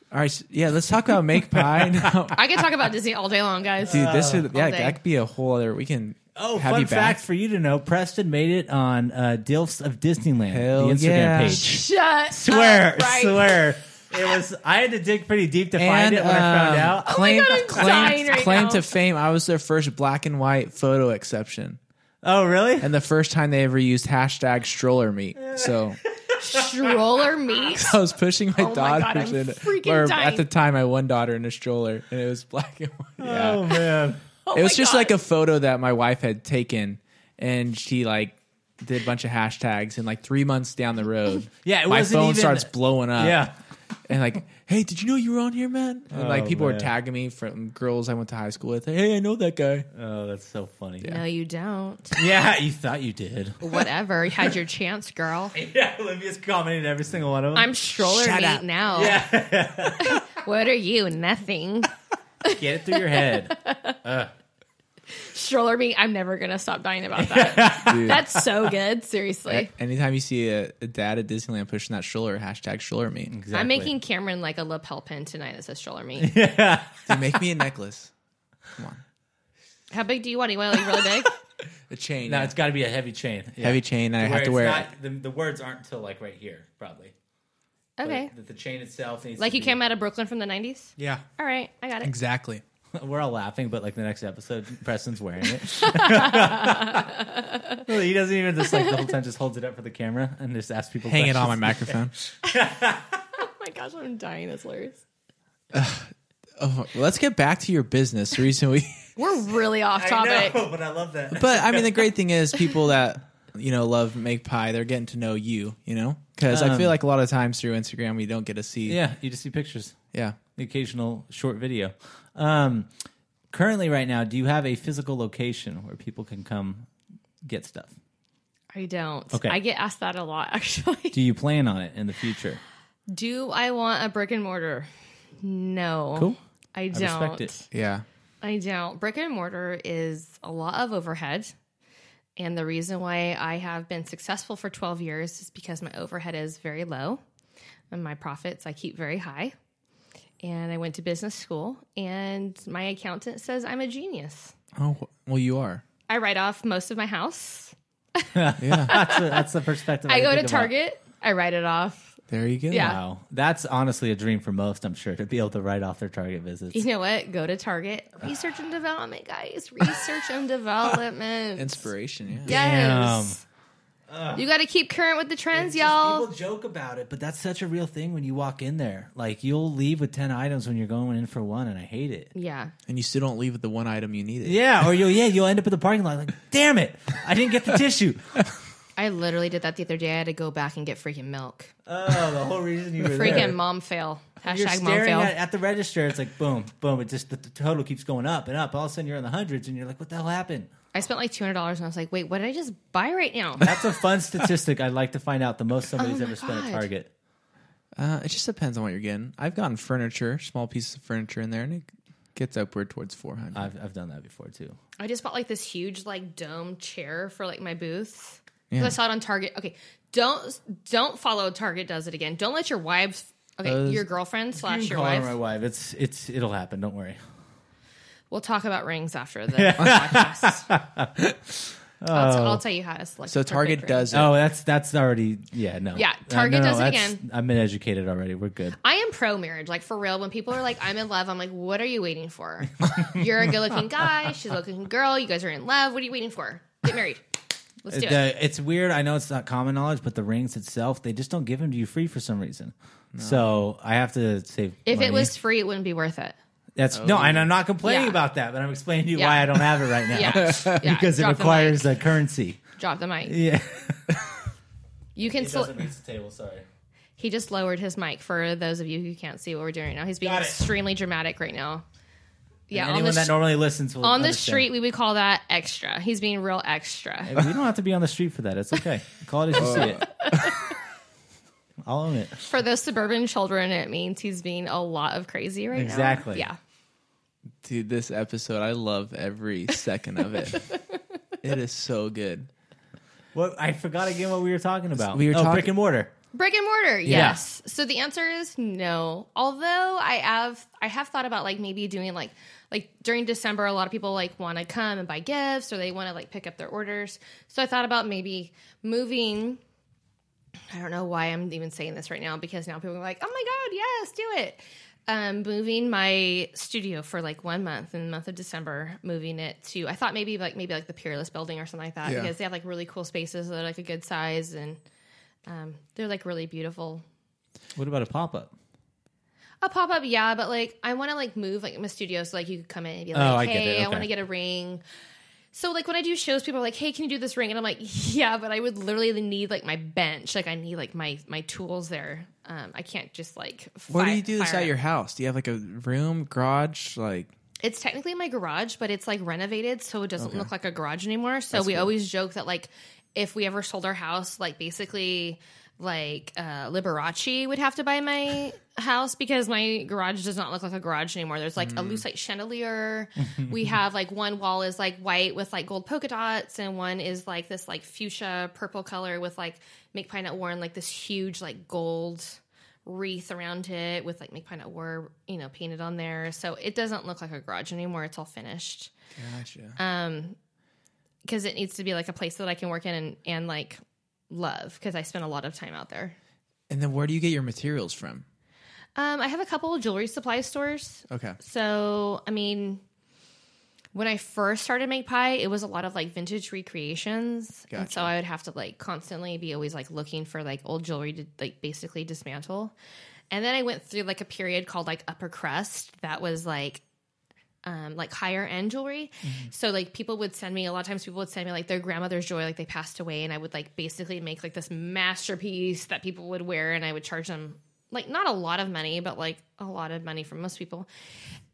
Speaker 2: all right, s- yeah, let's talk about make
Speaker 4: [laughs]
Speaker 2: pie now,
Speaker 3: I could talk about Disney all day long, guys.
Speaker 2: dude. This is yeah,
Speaker 3: all day.
Speaker 2: that could be a whole other. We can
Speaker 4: Oh,
Speaker 2: have
Speaker 4: fun
Speaker 2: you back.
Speaker 4: fact for you to know: Preston made it on uh, Dilfs of Disneyland,
Speaker 2: Hell
Speaker 4: the Instagram
Speaker 2: yeah.
Speaker 4: page.
Speaker 3: Shut.
Speaker 4: [laughs] Swear,
Speaker 3: up, right?
Speaker 4: swear. It was. I had to dig pretty deep to
Speaker 2: And
Speaker 4: find it when I found
Speaker 2: um,
Speaker 4: out. Oh
Speaker 2: claim
Speaker 3: God, I'm
Speaker 2: claim
Speaker 3: dying right
Speaker 2: claim
Speaker 3: now.
Speaker 2: to fame. I was their first black and white photo exception,
Speaker 4: Oh, really?
Speaker 2: and the first time they ever used hashtag stroller meat.
Speaker 4: [laughs]
Speaker 2: So [laughs]
Speaker 3: Stroller meat.
Speaker 2: I was pushing my
Speaker 3: Oh my God, I'm
Speaker 2: daughters in,
Speaker 3: freaking
Speaker 2: or
Speaker 3: dying.
Speaker 2: at the time I one daughter in a stroller, and it was black and white. Yeah.
Speaker 4: [laughs] Oh man.
Speaker 3: Oh
Speaker 2: it was
Speaker 3: my
Speaker 2: just
Speaker 3: God.
Speaker 2: like a photo that my wife had taken and she like did a bunch of hashtags and like three months down the road
Speaker 4: Yeah, it
Speaker 2: my
Speaker 4: wasn't
Speaker 2: phone
Speaker 4: even-
Speaker 2: starts blowing up
Speaker 4: Yeah.
Speaker 2: and like hey did you know you were on here man and like
Speaker 4: Oh,
Speaker 2: people were
Speaker 4: man.
Speaker 2: tagging me from girls i went to high school with hey i know that guy
Speaker 4: Oh, that's so funny.
Speaker 3: [laughs] No, you don't.
Speaker 4: yeah you thought you did.
Speaker 3: Whatever. You had your chance, girl.
Speaker 4: [laughs] Yeah, Olivia's commenting every single one of them.
Speaker 3: I'm stroller
Speaker 2: Shut
Speaker 3: meat
Speaker 2: up.
Speaker 3: now. [laughs] what are you? Nothing.
Speaker 4: Get it through
Speaker 3: [laughs]
Speaker 4: your head.
Speaker 3: Stroller meat. I'm never gonna stop dying about that.
Speaker 2: [laughs] Dude.
Speaker 3: That's so good. Seriously.
Speaker 2: anytime you see a, a dad at disneyland pushing that stroller hashtag stroller me
Speaker 4: Exactly.
Speaker 3: I'm making Cameron like a lapel pin tonight that says stroller meat.
Speaker 2: Dude, make me a necklace come on
Speaker 3: How big do you want? You want it, like really
Speaker 4: [laughs]
Speaker 3: big?
Speaker 2: a chain
Speaker 4: No,
Speaker 2: yeah.
Speaker 4: it's got to be a heavy chain. Yeah.
Speaker 2: heavy chain and i have to wear it
Speaker 4: the, the words aren't until like right here, probably.
Speaker 3: Okay.
Speaker 4: The, chain itself. Needs
Speaker 3: Like you came out of Brooklyn from the 90s?
Speaker 2: yeah
Speaker 3: All right, I got it.
Speaker 2: exactly
Speaker 4: [laughs] We're all laughing, but like the next episode, Preston's wearing
Speaker 3: [laughs]
Speaker 4: it. Well, he doesn't even just like the whole time just holds it up for the camera and just asks people.
Speaker 2: hang it on my
Speaker 4: questions. [laughs]
Speaker 2: microphone
Speaker 3: Oh my gosh, I'm dying. That's hilarious.
Speaker 2: oh, let's get back to your business the reason we
Speaker 3: We're really off
Speaker 4: I
Speaker 3: topic. [laughs]
Speaker 4: know, [laughs] but I love
Speaker 2: [laughs]
Speaker 4: that.
Speaker 2: But I mean, the great thing is people that you know love make pie. They're getting to know you, you know, because I feel like a lot of times through Instagram we don't get to see.
Speaker 4: Um, yeah, you just see pictures,
Speaker 2: yeah.
Speaker 4: the occasional short video. Um, currently, right now, do you have a physical location where people can come get stuff?
Speaker 3: I don't.
Speaker 4: Okay.
Speaker 3: I get asked that a lot, [laughs] actually.
Speaker 4: Do you plan on it in the future?
Speaker 3: Do I want a brick and mortar? No.
Speaker 4: Cool.
Speaker 3: I don't.
Speaker 4: respect it.
Speaker 2: Yeah.
Speaker 3: I don't. Brick and mortar is a lot of overhead. And the reason why I have been successful for 12 years is because my overhead is very low and my profits I keep very high. And I went to business school, and my accountant says I'm a genius.
Speaker 2: Oh well, you are.
Speaker 3: I write off most of my house.
Speaker 2: yeah.
Speaker 4: That's, the- that's the
Speaker 3: [laughs]
Speaker 4: perspective.
Speaker 3: I go to
Speaker 4: think about.
Speaker 3: Target, I write it off.
Speaker 2: There you go.
Speaker 3: Yeah.
Speaker 4: Wow, that's honestly a dream for most. I'm sure to be able to write off their Target visits.
Speaker 3: You know what? Go to Target. Research and development, guys. Research
Speaker 2: [laughs]
Speaker 3: and development.
Speaker 2: Inspiration. Yeah.
Speaker 3: Yes. You got to keep current with the trends, y'all.
Speaker 4: People joke about it, but that's such a real thing when you walk in there. Like you'll leave with ten items when you're going in for one, and I hate it.
Speaker 3: Yeah.
Speaker 2: And you still don't leave with the one item you needed.
Speaker 4: Yeah, or you'll yeah you'll end up in the parking lot like, damn it, I didn't get the tissue.
Speaker 3: I literally did that the other day. I had to go back and get freaking milk.
Speaker 4: [laughs] Oh, the whole reason you were
Speaker 3: Freaking
Speaker 4: there.
Speaker 3: mom fail.
Speaker 4: You're
Speaker 3: Hashtag mom
Speaker 4: staring
Speaker 3: fail.
Speaker 4: at, at the register. It's like boom, boom. It just the, the total keeps going up and up. All of a sudden, you're in the hundreds, and you're like, "What the hell happened?"
Speaker 3: I spent like $200 and I was like, wait, what did I just buy right now?
Speaker 4: That's a fun statistic. I'd like to find out the most somebody's
Speaker 3: Oh my
Speaker 4: ever spent at
Speaker 3: God.
Speaker 4: Target.
Speaker 2: Uh, it just depends on what you're getting. I've gotten furniture, small pieces of furniture in there, and it gets upward towards 400.
Speaker 4: I've I've done that before too.
Speaker 3: I just bought like this huge like dome chair for like my booth. 'Cause
Speaker 2: Yeah.
Speaker 3: I saw it on Target. Okay, don't don't follow Target does it again. Don't let your wives, okay,
Speaker 2: Those-
Speaker 3: your girlfriend
Speaker 4: You
Speaker 3: slash
Speaker 4: can
Speaker 3: your
Speaker 4: call her
Speaker 3: wife.
Speaker 4: my wife. It's it's it'll happen. Don't worry.
Speaker 3: We'll talk about rings after
Speaker 4: [laughs]
Speaker 3: the podcast. I'll, t- I'll tell you how to select.
Speaker 2: so
Speaker 3: the perfect
Speaker 2: Target
Speaker 3: ring.
Speaker 2: does it.
Speaker 4: Oh, that's that's already yeah no
Speaker 3: Yeah,
Speaker 4: Uh,
Speaker 3: Target does it
Speaker 4: that's-
Speaker 3: again.
Speaker 4: I've been educated already. We're good.
Speaker 3: I am pro marriage, like for real. When people are like, "I'm in love," I'm like, "What are you waiting
Speaker 4: [laughs]
Speaker 3: for? You're a good-looking guy. She's a good-looking girl. You guys are in love. What are you waiting for? Get married. Let's do it."
Speaker 4: The- uh, it's weird. I know it's not common knowledge, but the rings itself they just don't give them to you free for some reason. So I have to save.
Speaker 3: If
Speaker 4: money.
Speaker 3: it was free, it wouldn't be worth
Speaker 4: [laughs]
Speaker 3: it.
Speaker 4: that's no, and I'm not complaining
Speaker 3: Yeah.
Speaker 4: about that, but I'm explaining to you
Speaker 3: Yeah.
Speaker 4: why I don't have
Speaker 3: [laughs]
Speaker 4: it right now [laughs]
Speaker 3: Yeah, yeah.
Speaker 4: because it
Speaker 3: Drop the mic.
Speaker 4: requires a currency.
Speaker 3: Drop the mic.
Speaker 4: Yeah,
Speaker 3: You can still.
Speaker 4: reach the table. Sorry.
Speaker 3: He just lowered his mic for those of you who can't see what we're doing right now. He's being
Speaker 4: Got it.
Speaker 3: extremely dramatic right now. Yeah, on
Speaker 4: Anyone
Speaker 3: the,
Speaker 4: that
Speaker 3: sh-
Speaker 4: normally listens will
Speaker 3: on the
Speaker 4: understand.
Speaker 3: street, we would call that extra. He's being real extra.
Speaker 4: Hey, We don't have to be on the street for that. It's okay. Call it as you [laughs] see it. I'll own it.
Speaker 3: For those suburban children, it means he's being a lot of crazy right
Speaker 4: Exactly.
Speaker 3: now. Yeah.
Speaker 2: Dude, this episode, I love every second of
Speaker 3: [laughs]
Speaker 2: it. it is so good.
Speaker 4: What I forgot again what we were talking about.
Speaker 2: We were
Speaker 4: oh,
Speaker 2: talking-
Speaker 4: brick and mortar.
Speaker 3: Brick and mortar, yes. So the answer is no. Although I have I have thought about like maybe doing like like during December a lot of people like want to come and buy gifts or they want to like pick up their orders. So I thought about maybe moving I don't know why I'm even saying this right now because now people are like, "Oh my god, yes, do it." Um, moving my studio for like one month in the month of December, moving it to I thought maybe like maybe like the Peerless building or something like that
Speaker 2: Yeah.
Speaker 3: because they have like really cool spaces that are like a good size and um, they're like really beautiful.
Speaker 4: What about a pop up?
Speaker 3: A pop up, yeah, but like I want to like move like my studio so like you could come in and
Speaker 2: Oh,
Speaker 3: be like,
Speaker 4: I get
Speaker 3: hey,
Speaker 4: it.
Speaker 3: I want
Speaker 4: Okay.
Speaker 3: to get a ring. So like when I do shows, people are like, hey, can you do this ring? And I'm like, [laughs] yeah, but I would literally need like my bench, like I need like my my tools there. Um, I can't just like.
Speaker 2: Where do
Speaker 3: fi-
Speaker 2: you do this
Speaker 3: fire
Speaker 2: at
Speaker 3: it.
Speaker 2: your house? Do you have like a room, garage? Like,
Speaker 3: It's technically my garage, but it's like renovated, so it doesn't look like a garage anymore. So we always joke that like if we ever sold our house, like basically like uh Liberace would have to buy my house because my garage does not look like a garage anymore. There's like a lucite chandelier. we have like one wall is like white with like gold polka dots and one is like this like fuchsia purple color with like make pine at worn like this huge like gold wreath around it with like make pine at war you know painted on there so it doesn't look like a garage anymore it's all finished
Speaker 2: gotcha.
Speaker 3: Uh, because it needs to be like a place that i can work in and, and like love because i spend a lot of time out there
Speaker 2: and then where do you get your materials from?
Speaker 3: um, i have a couple of jewelry supply stores
Speaker 2: Okay.
Speaker 3: so i mean when i first started make pie it was a lot of like vintage recreations and
Speaker 2: Gotcha.
Speaker 3: so i would have to like constantly be always like looking for like old jewelry to like basically dismantle and then i went through like a period called like upper crust that was like um, like higher end jewelry. So like people would send me a lot of times people would send me like their grandmother's jewelry, like they passed away, and I would like basically make like this masterpiece that people would wear, and I would charge them like not a lot of money, but like a lot of money from most people,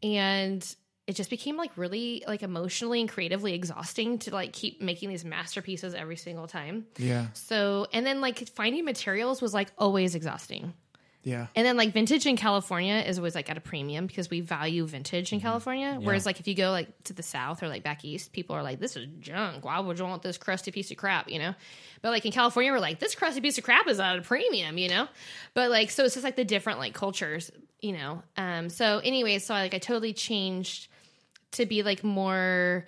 Speaker 3: and it just became like really like emotionally and creatively exhausting to like keep making these masterpieces every single time.
Speaker 2: Yeah.
Speaker 3: So and then like finding materials was like always exhausting.
Speaker 2: Yeah.
Speaker 3: And then like vintage in California is always like at a premium because we value vintage in California. Whereas like if you go like to the south or like back east, people are like, This is junk. Why would you want this crusty piece of crap? You know? But like in California, we're like, This crusty piece of crap is at a premium, you know? But like so it's just like the different like cultures, you know. Um so anyway, so I like I totally changed to be like more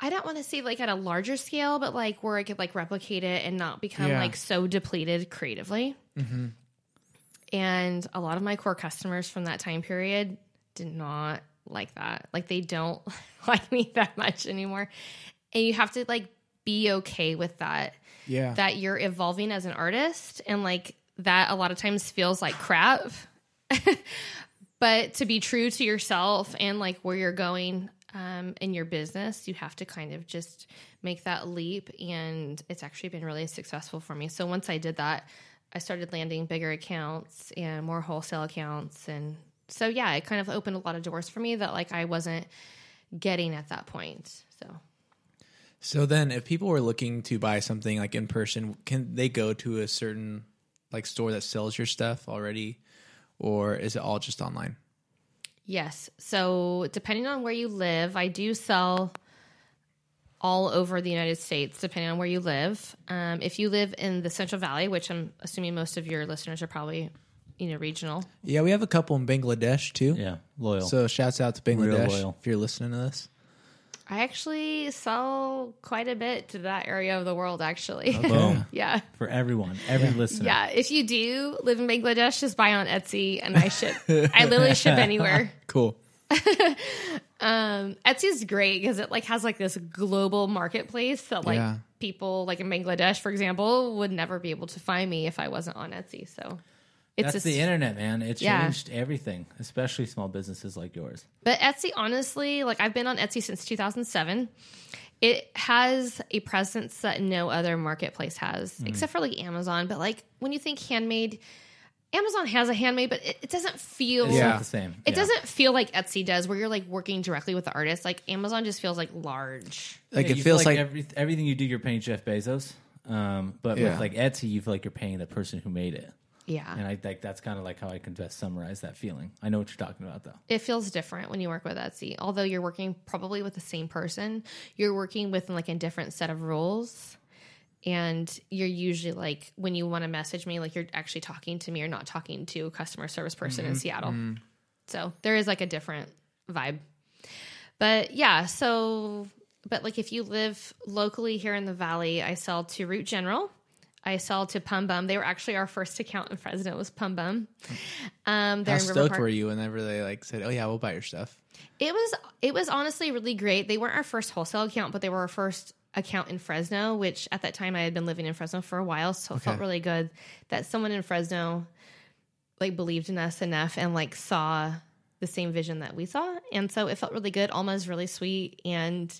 Speaker 3: I don't want to say like at a larger scale, but like where I could like replicate it and not become
Speaker 2: Yeah.
Speaker 3: like so depleted creatively. And a lot of my core customers from that time period did not like that. Like they don't [laughs] like me that much anymore. And you have to like be okay with that
Speaker 2: Yeah.
Speaker 3: that you're evolving as an artist and like that a lot of times feels like crap [laughs] but to be true to yourself and like where you're going um, in your business you have to kind of just make that leap and it's actually been really successful for me so once i did that i started landing bigger accounts and more wholesale accounts and so yeah it kind of opened a lot of doors for me that like i wasn't getting at that point so
Speaker 2: so then, if people were looking to buy something like in person, can they go to a certain like store that sells your stuff already, or is it all just online?
Speaker 3: Yes. So, depending on where you live, I do sell all over the United States, depending on where you live. Um, if you live in the Central Valley, which I'm assuming most of your listeners are probably, you know, regional.
Speaker 2: Yeah, we have a couple in Bangladesh too.
Speaker 4: Yeah, loyal.
Speaker 2: So shouts out to Bangladesh
Speaker 4: loyal.
Speaker 2: if you're listening to this.
Speaker 3: I actually sell quite a bit to that area of the world, actually.
Speaker 4: Boom.
Speaker 3: [laughs] yeah.
Speaker 4: For everyone, every listener.
Speaker 3: Yeah. If you do live in Bangladesh, just buy on Etsy and I ship. I literally ship anywhere.
Speaker 2: Cool.
Speaker 3: Etsy is great because it like has like this global marketplace that like
Speaker 2: Yeah.
Speaker 3: people like in Bangladesh, for example, would never be able to find me if I wasn't on Etsy. So it's
Speaker 4: That's
Speaker 3: just,
Speaker 4: the internet, man. It
Speaker 3: Yeah.
Speaker 4: changed everything, especially small businesses like yours.
Speaker 3: but Etsy, honestly, like I've been on Etsy since 2007. It has a presence that no other marketplace has,
Speaker 4: Hmm.
Speaker 3: except for like Amazon. But like when you think handmade, Amazon has a handmade, but it, it doesn't feel
Speaker 4: It's
Speaker 2: Yeah.
Speaker 4: not the same.
Speaker 3: It
Speaker 4: Yeah.
Speaker 3: doesn't feel like Etsy does, where you're like working directly with the artist. Like Amazon just feels like large.
Speaker 2: Like
Speaker 4: Yeah,
Speaker 2: it
Speaker 4: you feel
Speaker 2: feels like,
Speaker 4: every, everything you do, you're paying Jeff Bezos. Um, but
Speaker 2: Yeah.
Speaker 4: with like Etsy, you feel like you're paying the person who made it.
Speaker 3: Yeah.
Speaker 4: And I like that's kind of like how I can best summarize that feeling. I know what you're talking about though.
Speaker 3: it feels different when you work with Etsy. Although you're working probably with the same person, you're working with like a different set of rules. And you're usually like, when you want to message me, like you're actually talking to me, you're not talking to a customer service person in Seattle. So there is like a different vibe. But yeah, so, but like if you live locally here in the Valley, I sell to Root General. I sell to Pum Bum. They were actually our first account in Fresno was Pum Bum. Um, they're
Speaker 2: how
Speaker 3: in River
Speaker 2: stoked
Speaker 3: Park.
Speaker 2: were you whenever they like said, "Oh yeah, we'll buy your stuff."
Speaker 3: It was it was honestly really great. They weren't our first wholesale account, but they were our first account in Fresno, which at that time I had been living in Fresno for a while, so it felt
Speaker 2: Okay.
Speaker 3: really good that someone in Fresno like believed in us enough and like saw the same vision that we saw. And so it felt really good. Alma's really sweet and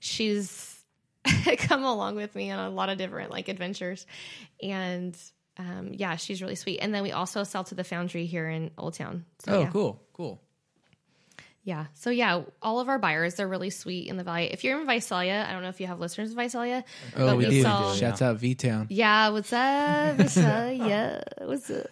Speaker 3: she's [laughs] come along with me on a lot of different like adventures. And um, yeah, she's really sweet. And then we also sell to the foundry here in Old Town. So,
Speaker 2: Oh,
Speaker 3: yeah.
Speaker 2: cool, cool.
Speaker 3: Yeah. So yeah, all of our buyers they're really sweet in the Valley. If you're in Visalia, I don't know if you have listeners in Visalia.
Speaker 2: Oh,
Speaker 3: but
Speaker 2: we, do.
Speaker 3: sell-
Speaker 2: Shouts out V Town.
Speaker 3: Yeah. What's up, Visalia? What's up?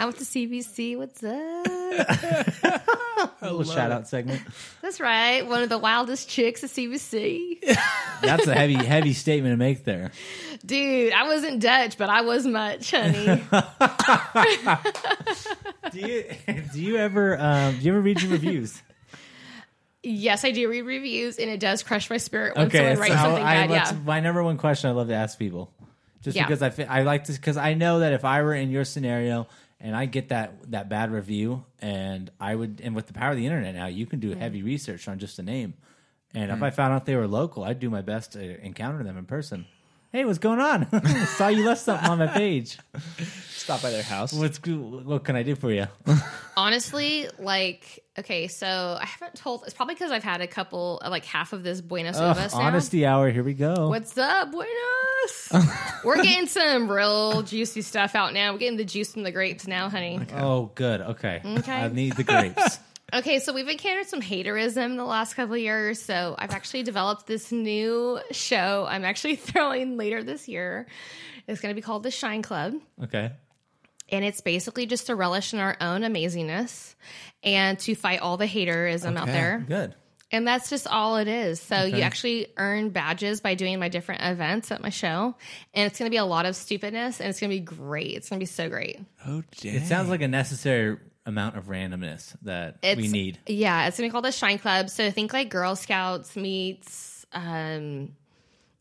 Speaker 3: I went to CBC. What's up?
Speaker 4: A little shout out segment.
Speaker 3: That's right. One of the wildest chicks at CBC.
Speaker 4: That's a heavy, heavy statement to make there.
Speaker 3: Dude, I wasn't Dutch, but I was much, honey.
Speaker 4: Do you [laughs] do you ever um, do you ever read
Speaker 3: [laughs]
Speaker 4: your reviews?
Speaker 3: yes, I do read reviews, and it does crush my spirit when someone
Speaker 4: that's
Speaker 3: writes
Speaker 4: how
Speaker 3: something
Speaker 4: I,
Speaker 3: bad.
Speaker 4: that's
Speaker 3: Yeah.
Speaker 4: my number one question I love to ask people, just
Speaker 3: Yeah.
Speaker 4: because I fi- I like to because I know that if I were in your scenario and I get that that bad review and I would and with the power of the internet now you
Speaker 3: Mm.
Speaker 4: can do heavy research on just a name, and if I found out they were local, I'd do my best to encounter them in person. Hey, what's going on? [laughs] Saw you left something on
Speaker 3: [laughs]
Speaker 4: my page.
Speaker 2: Stop by their house.
Speaker 4: What's good? What can I do for you?
Speaker 3: Honestly, like, okay, so I haven't told. It's probably because I've had a couple, like half of this Buenos
Speaker 4: Ugh,
Speaker 3: Aires. now.
Speaker 4: honesty hour. Here we go.
Speaker 3: What's up, Buenos? We're getting some real juicy stuff out now. We're getting the juice from the grapes now, honey.
Speaker 4: Oh, good. Okay.
Speaker 3: Okay.
Speaker 4: I need the grapes.
Speaker 3: [laughs] Okay, so we've encountered some haterism the last couple of years. So I've actually developed this new show I'm actually [laughs] throwing later this year. It's going to be called The Shine Club.
Speaker 4: okay.
Speaker 3: And it's basically just to relish in our own amazingness and to fight all the haterism out
Speaker 2: Okay.
Speaker 3: there.
Speaker 4: Good.
Speaker 3: And that's just all it is. So you actually earn badges by doing my different events at my show. And it's going to be a lot of stupidness and it's going to be great. It's going to be so great.
Speaker 2: Oh, damn.
Speaker 4: It sounds like a necessary amount of randomness that
Speaker 3: It's,
Speaker 4: we need.
Speaker 3: Yeah, it's gonna be called a Shine Club. So think like Girl Scouts meets. um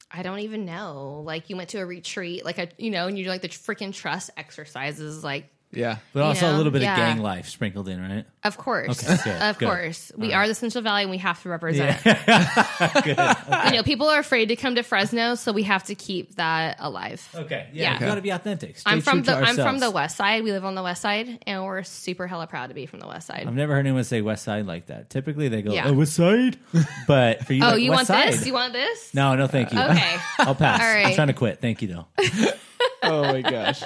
Speaker 3: I don't even know. Like you went to a retreat, like a you know, and you do like the freaking trust exercises, like
Speaker 2: Yeah.
Speaker 4: But also a
Speaker 3: know,
Speaker 4: little bit
Speaker 3: yeah.
Speaker 4: of gang life sprinkled in, right?
Speaker 3: Of course.
Speaker 4: Okay,
Speaker 3: [laughs]
Speaker 4: good,
Speaker 3: of
Speaker 4: good.
Speaker 3: course. We are the Central Valley and we have to represent
Speaker 4: [laughs]
Speaker 3: it. You know, people are afraid to come to Fresno, so we have to keep that alive.
Speaker 4: Okay.
Speaker 3: Yeah.
Speaker 4: Yeah.
Speaker 3: Okay.
Speaker 4: You got to be authentic. Stay
Speaker 3: I'm from
Speaker 4: true
Speaker 3: the
Speaker 4: to
Speaker 3: I'm from
Speaker 4: ourselves.
Speaker 3: the West Side. We live on the West Side and we're super hella proud to be from the West Side.
Speaker 4: I've never heard anyone say West Side like that. Typically, they go,
Speaker 3: Yeah.
Speaker 4: "Oh,
Speaker 3: [laughs]
Speaker 4: West Side," but for you,
Speaker 3: oh,
Speaker 4: like,
Speaker 3: you want
Speaker 4: West Side.
Speaker 3: this? You want this?
Speaker 4: no, no, thank you. [laughs]
Speaker 3: Okay.
Speaker 4: I'll pass.
Speaker 3: All
Speaker 4: I'm
Speaker 3: right.
Speaker 4: trying to quit. Thank you, though.
Speaker 2: Oh my gosh.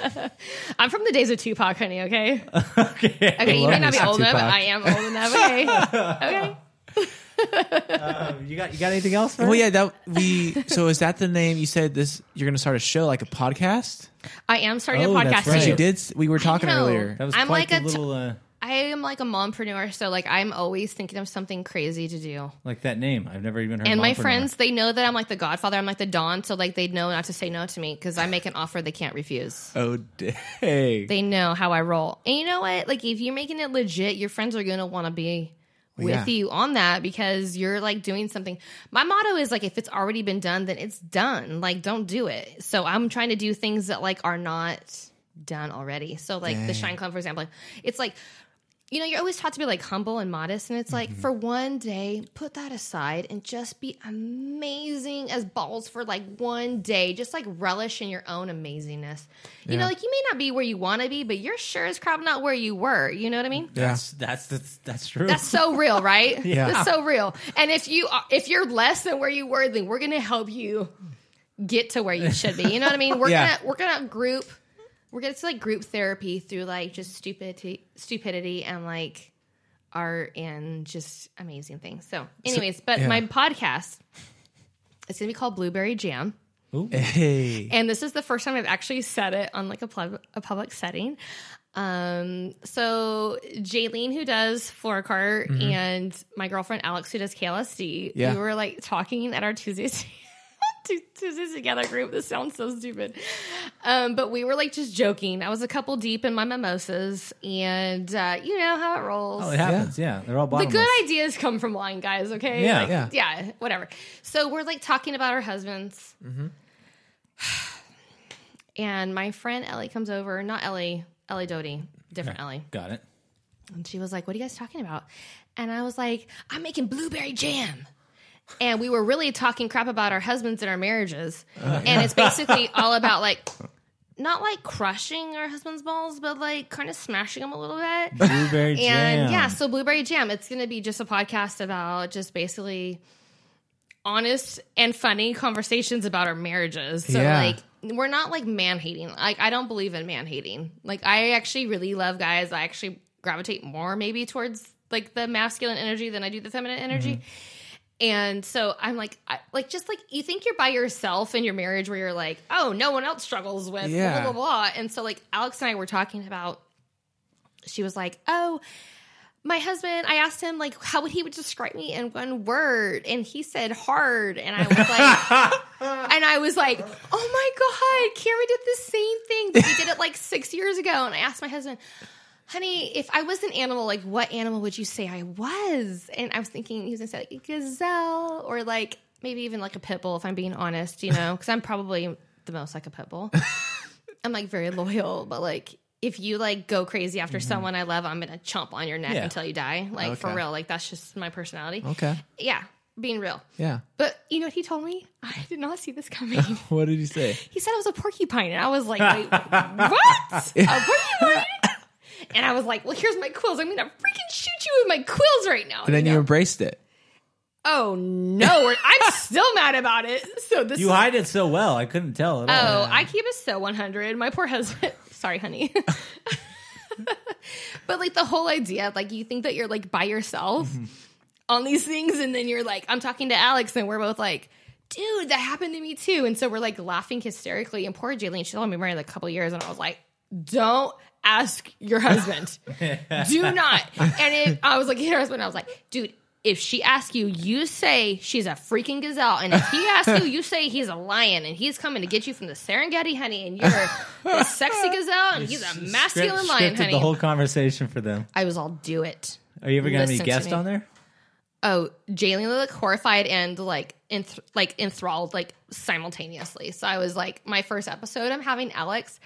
Speaker 3: I'm from the days of Tupac, honey,
Speaker 4: [laughs]
Speaker 3: okay?
Speaker 4: okay.
Speaker 3: [laughs] Okay, you
Speaker 2: love
Speaker 3: may not be
Speaker 2: Mr.
Speaker 3: old enough, but
Speaker 2: Tupac.
Speaker 3: I am old enough, okay?
Speaker 4: [laughs]
Speaker 3: okay.
Speaker 4: You got you got anything else? For
Speaker 2: well,
Speaker 4: us?
Speaker 2: yeah. That we. So is that the name you said? This you're going to start a show like a podcast?
Speaker 3: I am starting
Speaker 4: Oh,
Speaker 3: a podcast.
Speaker 4: that's
Speaker 2: Because
Speaker 4: right.
Speaker 2: you did. s- We were talking
Speaker 3: know.
Speaker 2: earlier.
Speaker 4: That was
Speaker 3: I'm
Speaker 4: quite
Speaker 3: like
Speaker 4: the
Speaker 3: a t-
Speaker 4: little uh,
Speaker 3: I am like a mompreneur, so like I'm always thinking of something crazy to do.
Speaker 4: like that name. I've never even heard.
Speaker 3: and my
Speaker 4: Mompreneur.
Speaker 3: friends they know that i'm like the godfather i'm like the don so like they know not to say no to me because i make an offer they can't refuse
Speaker 2: Oh dang.
Speaker 3: they know how i roll and you know what like if you're making it legit your friends are gonna want to be with
Speaker 2: yeah.
Speaker 3: you on that because you're like doing something my motto is like if it's already been done then it's done like don't do it so i'm trying to do things that like are not done already so like the shine club for example it's like you know, you're always taught to be like humble and modest. And it's like, for one day, put that aside and just be amazing as balls for like one day. Just like relish in your own amazingness. You know, like you may not be where you want to be, but you're sure as crap not where you were. You know what I mean?
Speaker 2: Yeah.
Speaker 4: That's that's that's, that's true.
Speaker 3: That's so real,
Speaker 2: [laughs]
Speaker 3: right?
Speaker 2: Yeah.
Speaker 3: That's so real. And if you are, if you're less than where you were, then we're gonna help you get to where you should be. You know what I mean?
Speaker 2: [laughs]
Speaker 3: We're
Speaker 2: Yeah.
Speaker 3: gonna we're gonna group we're gonna it's like group therapy through like just stupidity stupidity and like art and just amazing things. So anyways, but
Speaker 2: yeah.
Speaker 3: my podcast it's gonna be called Blueberry Jam.
Speaker 2: Hey.
Speaker 3: And this is the first time I've actually said it on like a, pub- a public setting. Um, so Jaylene, who does Floricart, and my girlfriend Alex, who does KLSD,
Speaker 2: Yeah.
Speaker 3: we were like talking at our Tuesdays. [laughs] Tu- Tuesdays together group. This sounds so stupid, um, but we were like just joking. I was a couple deep in my mimosas, and uh, you know how it rolls.
Speaker 4: oh, it happens. Yeah, they're all
Speaker 3: The
Speaker 4: bottomless.
Speaker 3: good ideas come from lying, guys. Okay.
Speaker 4: Yeah.
Speaker 3: Like,
Speaker 2: Yeah.
Speaker 3: Yeah. Whatever. So we're like talking about our husbands, [sighs] and my friend Ellie comes over. Not Ellie. Ellie Doty. Different Ellie.
Speaker 4: Got it.
Speaker 3: And she was like, "What are you guys talking about?" And I was like, "I'm making blueberry jam." And we were really talking crap about our husbands and our marriages. And it's basically all about like not like crushing our husbands' balls, but like kind of smashing them a little bit.
Speaker 4: Blueberry
Speaker 3: And
Speaker 4: jam.
Speaker 3: yeah, so Blueberry Jam, it's going to be just a podcast about just basically honest and funny conversations about our marriages. So
Speaker 2: Yeah.
Speaker 3: like we're not like man hating. Like I don't believe in man hating. Like I actually really love guys. I actually gravitate more maybe towards like the masculine energy than I do the feminine energy. And so I'm like, I, like just like you think you're by yourself in your marriage where you're like, oh, no one else struggles with
Speaker 2: Yeah.
Speaker 3: blah blah blah. And so like Alex and I were talking about, she was like, oh, my husband. I asked him like how would he would describe me in one word, and he said hard, and I was like, and I was like, oh my god, Cameron did the same thing. But we did it like six years ago, and I asked my husband, honey, if I was an animal, like what animal would you say I was? And I was thinking he was gonna say like a gazelle or like maybe even like a pit bull if I'm being honest, you know, because I'm probably the most like a pit bull. I'm like very loyal, but like if you like go crazy after someone I love, I'm gonna chomp on your neck
Speaker 4: Yeah.
Speaker 3: until you die. Like
Speaker 2: Mm-hmm.
Speaker 3: for
Speaker 2: Okay.
Speaker 3: real, like that's just my personality.
Speaker 2: Okay.
Speaker 3: Yeah, being real.
Speaker 2: Yeah.
Speaker 3: But you know what he told me? I did not see this coming.
Speaker 2: What did you say?
Speaker 3: he said I was a porcupine, and I was like, Wait, what? A porcupine? And I was like, well, here's my quills. I'm gonna freaking shoot you with my quills right now.
Speaker 2: And then
Speaker 3: you
Speaker 2: you
Speaker 3: know?
Speaker 2: embraced it.
Speaker 3: oh no, we're- I'm still mad about it. So this
Speaker 4: You
Speaker 3: is
Speaker 4: hide it so well. I couldn't tell at all.
Speaker 3: Oh, I keep it so 100. My poor husband. [laughs] Sorry, honey. but like the whole idea, like you think that you're like by yourself
Speaker 4: Mm-hmm.
Speaker 3: on these things, and then you're like, I'm talking to Alex, and we're both like, dude, that happened to me too. And so we're like laughing hysterically. And poor Jaylene, she's only been married like a couple years, and I was like, don't
Speaker 4: [laughs]
Speaker 3: ask your husband. Do not. And it, I was like, your husband, I was like, dude, if she asks you, you say she's a freaking gazelle, and if he asks you, you say he's a lion, and he's coming to get you from the Serengeti, honey, and you're the sexy gazelle, and he's a masculine
Speaker 4: Script-
Speaker 3: lion,
Speaker 4: scripted
Speaker 3: honey.
Speaker 4: The whole conversation for them.
Speaker 3: I was all do it.
Speaker 4: Are you ever going to be
Speaker 3: Listen to
Speaker 4: guest
Speaker 3: me.
Speaker 4: on there?
Speaker 3: Oh, Jalen looked horrified and like enth- like enthralled like simultaneously. So I was like, my first episode, I'm having Alex.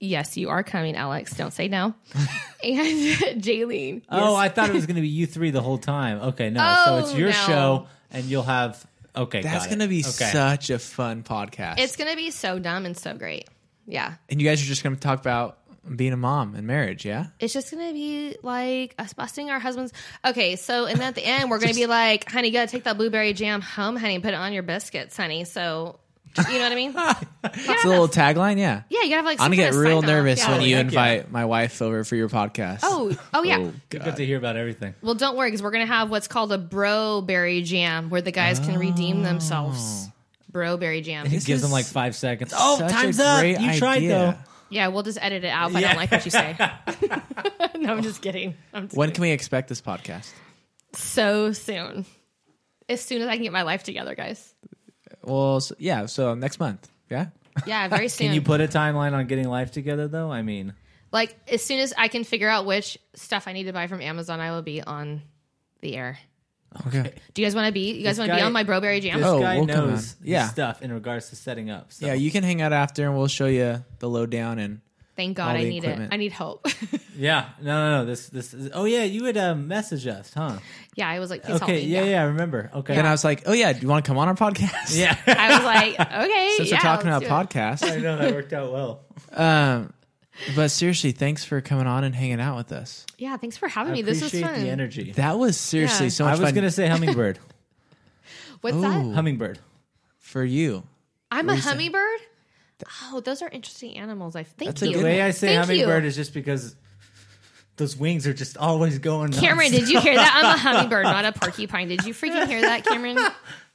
Speaker 3: Yes, you are coming, Alex. Don't
Speaker 2: [laughs]
Speaker 3: say no. and [laughs] Jalen.
Speaker 4: Oh, I thought it was going to be you three the whole time. Okay, no. so it's
Speaker 3: Oh,
Speaker 4: your
Speaker 3: no.
Speaker 4: show, and you'll have. Okay,
Speaker 2: That's
Speaker 4: going
Speaker 2: going to be such a fun podcast.
Speaker 3: It's gonna be so dumb and so great. Yeah.
Speaker 2: and you guys are just going to talk about being a mom and marriage, yeah?
Speaker 3: It's just gonna be like us busting our husbands. Okay, so and at the end we're gonna
Speaker 2: [laughs]
Speaker 3: be like, honey, you gotta take that blueberry jam home, honey, and put it on your biscuits, honey. So you know what
Speaker 2: [laughs]
Speaker 3: I mean?
Speaker 2: It's a little tagline, yeah.
Speaker 3: Yeah, you gotta have like.
Speaker 2: I'm
Speaker 3: some
Speaker 2: going to get
Speaker 3: kind of
Speaker 2: real
Speaker 3: sign-off.
Speaker 2: nervous
Speaker 3: Yeah.
Speaker 2: when you
Speaker 4: yeah.
Speaker 2: invite my wife over for your podcast.
Speaker 3: Oh, oh yeah.
Speaker 4: Good to hear about everything.
Speaker 3: Well, don't worry because we're gonna have what's called a bro berry jam, where the guys can redeem themselves. Bro berry jam.
Speaker 4: Oh. It gives them
Speaker 2: is
Speaker 4: like five seconds. Oh,
Speaker 2: Such a
Speaker 4: time's up. You
Speaker 2: great
Speaker 4: tried though.
Speaker 2: idea.
Speaker 3: Yeah, we'll just edit it out if I
Speaker 4: Yeah.
Speaker 3: don't like what you
Speaker 4: [laughs]
Speaker 3: say. [laughs] no, I'm just kidding. I'm just
Speaker 2: When
Speaker 3: kidding.
Speaker 2: can we expect this podcast?
Speaker 3: so soon. As soon as I can get my life together, guys.
Speaker 2: Well, s yeah, so next month, yeah?
Speaker 3: Yeah, very soon.
Speaker 4: Can you put a timeline on getting life together though? I mean,
Speaker 3: like as soon as I can figure out which stuff I need to buy from Amazon, I will be on the air.
Speaker 2: Okay. [laughs]
Speaker 3: Do you guys want to be? You guys
Speaker 4: This
Speaker 3: want to be
Speaker 4: guy-
Speaker 3: on my Bro Berry Jam?
Speaker 4: this
Speaker 2: Oh,
Speaker 4: guy
Speaker 2: we'll come on.
Speaker 4: knows his
Speaker 2: Yeah.
Speaker 4: stuff in regards to setting up. So.
Speaker 2: Yeah, you can hang out after and we'll show you the lowdown and
Speaker 3: Thank
Speaker 2: all
Speaker 3: God, I
Speaker 2: the
Speaker 3: need
Speaker 2: equipment.
Speaker 3: it. I need help. [laughs]
Speaker 4: yeah. No, no, no. This, this. Is, oh yeah, you would uh, message us, huh?
Speaker 3: yeah, I was like, please help
Speaker 4: Okay.
Speaker 3: me.
Speaker 4: Yeah, yeah. I remember. Okay.
Speaker 2: then I was like, oh, yeah, do you want to come on our
Speaker 3: [laughs]
Speaker 2: podcast?
Speaker 4: Yeah. [laughs]
Speaker 3: I was like, [laughs] okay.
Speaker 2: Since
Speaker 3: yeah,
Speaker 2: we're talking
Speaker 3: let's
Speaker 2: about
Speaker 3: do it.
Speaker 2: podcasts.
Speaker 4: I know that worked out well.
Speaker 2: Um, but seriously, thanks for coming on and hanging out with us.
Speaker 3: Yeah, thanks for having
Speaker 4: I
Speaker 3: me. This was
Speaker 4: appreciate
Speaker 3: fun.
Speaker 4: the energy.
Speaker 2: That was seriously
Speaker 3: Yeah.
Speaker 2: so
Speaker 4: I
Speaker 2: much
Speaker 4: was
Speaker 2: fun
Speaker 4: gonna say [laughs] hummingbird.
Speaker 3: What's that?
Speaker 2: Ooh.
Speaker 4: hummingbird.
Speaker 2: for you.
Speaker 3: I'm a hummingbird. Oh, those are interesting animals. I thank
Speaker 2: That's a
Speaker 3: you.
Speaker 4: The way I say
Speaker 3: Thank
Speaker 4: hummingbird
Speaker 3: you.
Speaker 4: is just because those wings are just always going.
Speaker 3: Cameron,
Speaker 4: nonstop.
Speaker 3: did you hear that? I'm a hummingbird, not
Speaker 4: [laughs]
Speaker 3: a porcupine. Did you freaking hear that, Cameron?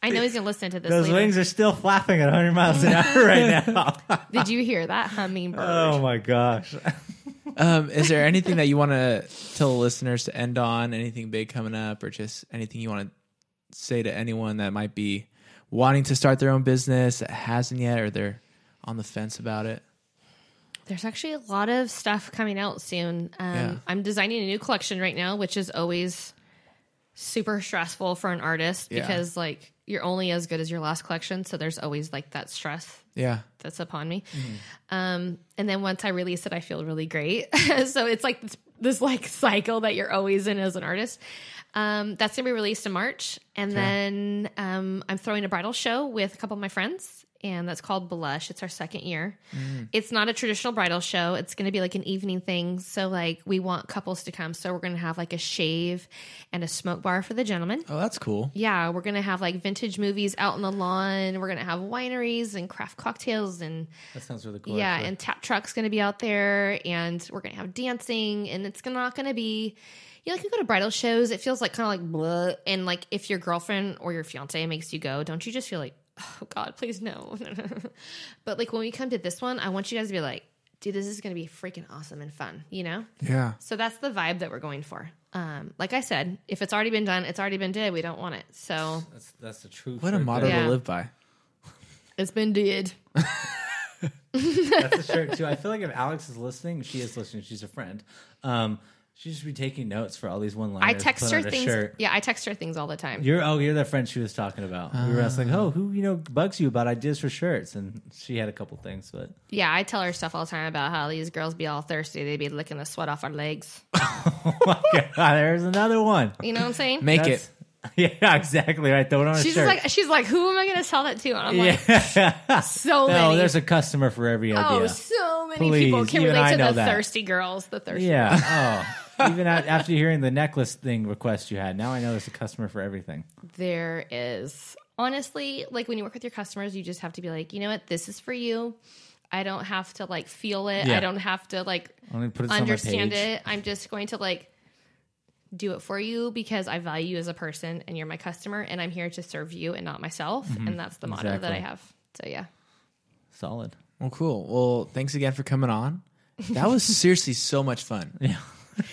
Speaker 3: I know he's gonna listen to this.
Speaker 4: Those
Speaker 3: later.
Speaker 4: wings are still flapping at 100 miles an hour
Speaker 3: [laughs]
Speaker 4: right now.
Speaker 3: Did you hear that hummingbird?
Speaker 4: oh my gosh.
Speaker 2: Um, is there anything that you want to [laughs] tell the listeners to end on? Anything big coming up, or just anything you want to say to anyone that might be wanting to start their own business that hasn't yet, or they're on the fence about it?
Speaker 3: There's actually a lot of stuff coming out soon. Um,
Speaker 2: Yeah.
Speaker 3: I'm designing a new collection right now, which is always super stressful for an artist
Speaker 2: Yeah.
Speaker 3: because like you're only as good as your last collection, so there's always like that stress
Speaker 2: Yeah,
Speaker 3: that's upon me. Um, and then once I release it, I feel really great. [laughs] so it's like this, this like cycle that you're always in as an artist. Um, that's gonna be released in March, and then um, I'm throwing a bridal show with a couple of my friends, and that's called Blush. It's our second year. It's not a traditional bridal show. It's gonna be like an evening thing. So like we want couples to come. So we're gonna have like a shave and a smoke bar for the gentlemen.
Speaker 2: oh, that's cool.
Speaker 3: Yeah, we're gonna have like vintage movies out on the lawn. We're gonna have wineries and craft cocktails and
Speaker 4: That sounds really cool.
Speaker 3: yeah,
Speaker 4: actually.
Speaker 3: and tap truck's gonna be out there, and we're gonna have dancing, and it's gonna- not gonna be. You know, like you go to bridal shows, it feels like kind of like blah, and like if your girlfriend or your fiance makes you go, don't you just feel like, oh God, please no. [laughs] but like when we come to this one, I want you guys to be like, dude, this is gonna be freaking awesome and fun, you know?
Speaker 2: Yeah,
Speaker 3: So that's the vibe that we're going for. Um, like I said, if it's already been done, it's already been did. We don't want it. So
Speaker 4: that's that's the truth.
Speaker 2: what a
Speaker 4: right
Speaker 2: motto
Speaker 4: there.
Speaker 3: Yeah.
Speaker 2: to live by.
Speaker 3: it's been did.
Speaker 4: That's the shirt too. I feel like if Alex is listening, she is listening. She's a friend. Um, she should be taking notes for all these one liners.
Speaker 3: I text her things. Yeah, I text her things all the time.
Speaker 4: You're oh, you're that friend she was talking about. we were asking,
Speaker 2: Ah.
Speaker 4: oh, who you know bugs you about ideas for shirts, and she had a couple things, but [laughs]
Speaker 3: Yeah, I tell her stuff all the time about how these girls be all thirsty. They be licking the sweat off our legs.
Speaker 4: oh God, there's another one.
Speaker 3: You know what I'm
Speaker 4: [laughs]
Speaker 3: saying?
Speaker 2: Make
Speaker 4: That's-
Speaker 2: it.
Speaker 4: Yeah, exactly right. Throw it on
Speaker 3: she's
Speaker 4: a shirt.
Speaker 3: like, she's like, who am I going to sell that to? And I'm like,
Speaker 4: [laughs] yeah.
Speaker 3: so
Speaker 4: no,
Speaker 3: many.
Speaker 4: there's a customer for every
Speaker 3: oh,
Speaker 4: idea.
Speaker 3: so many
Speaker 4: Please,
Speaker 3: people can
Speaker 4: even I
Speaker 3: relate to
Speaker 4: know
Speaker 3: the
Speaker 4: that.
Speaker 3: thirsty girls. The thirsty. [laughs]
Speaker 4: Yeah. Oh. Even at, after hearing the necklace thing request you had, now I know there's a customer for everything.
Speaker 3: There is honestly, like when you work with your customers, you just have to be like, you know what, this is for you. I don't have to like feel it.
Speaker 4: Yeah.
Speaker 3: I don't have to like
Speaker 4: I'm gonna put this on my
Speaker 3: understand
Speaker 4: page.
Speaker 3: it. I'm just going to like do it for you because I value you as a person and you're my customer and I'm here to serve you and not myself. And that's the motto that I
Speaker 4: Mm-hmm. Exactly.
Speaker 3: have. So
Speaker 4: [laughs]
Speaker 3: yeah.
Speaker 4: Solid.
Speaker 2: Well, cool. Well, thanks again for coming on. That was seriously so much fun.
Speaker 4: Yeah.
Speaker 3: [laughs]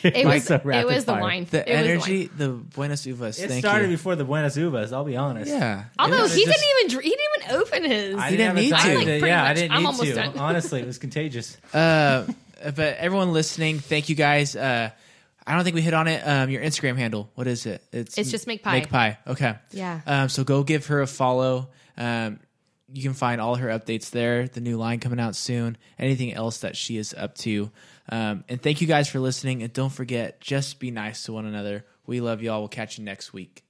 Speaker 3: It
Speaker 4: Like
Speaker 3: was,
Speaker 4: so
Speaker 3: it
Speaker 4: rapid
Speaker 3: was the
Speaker 4: fire.
Speaker 3: wine.
Speaker 2: The
Speaker 3: it was the wine.
Speaker 2: energy, the Buenos Uvas.
Speaker 4: It
Speaker 2: thank
Speaker 4: started
Speaker 2: you.
Speaker 4: before the Buenos Uvas. I'll be honest.
Speaker 2: yeah.
Speaker 3: Although
Speaker 4: was
Speaker 3: he
Speaker 4: just-
Speaker 3: didn't even dr- he didn't even open his.
Speaker 4: I
Speaker 2: He
Speaker 4: didn't,
Speaker 2: didn't
Speaker 4: have
Speaker 2: need
Speaker 4: a
Speaker 2: to.
Speaker 4: time
Speaker 2: I'm,
Speaker 3: like, pretty
Speaker 4: yeah, I
Speaker 3: much-
Speaker 4: didn't
Speaker 3: I'm
Speaker 4: need
Speaker 3: almost
Speaker 4: to.
Speaker 3: done.
Speaker 4: Honestly, it was contagious.
Speaker 2: Uh, but everyone listening, thank you guys. Uh, I don't think we hit on it. Um, your Instagram handle, what is it?
Speaker 3: It's just Make Pie.
Speaker 2: Make pie. Okay.
Speaker 3: Yeah.
Speaker 2: Um, so go give her a follow. Um, you can find all her updates there. The new line coming out soon. Anything else that she is up to. Um, and thank you guys for listening. And don't forget, just be nice to one another. We love y'all. We'll catch you next week.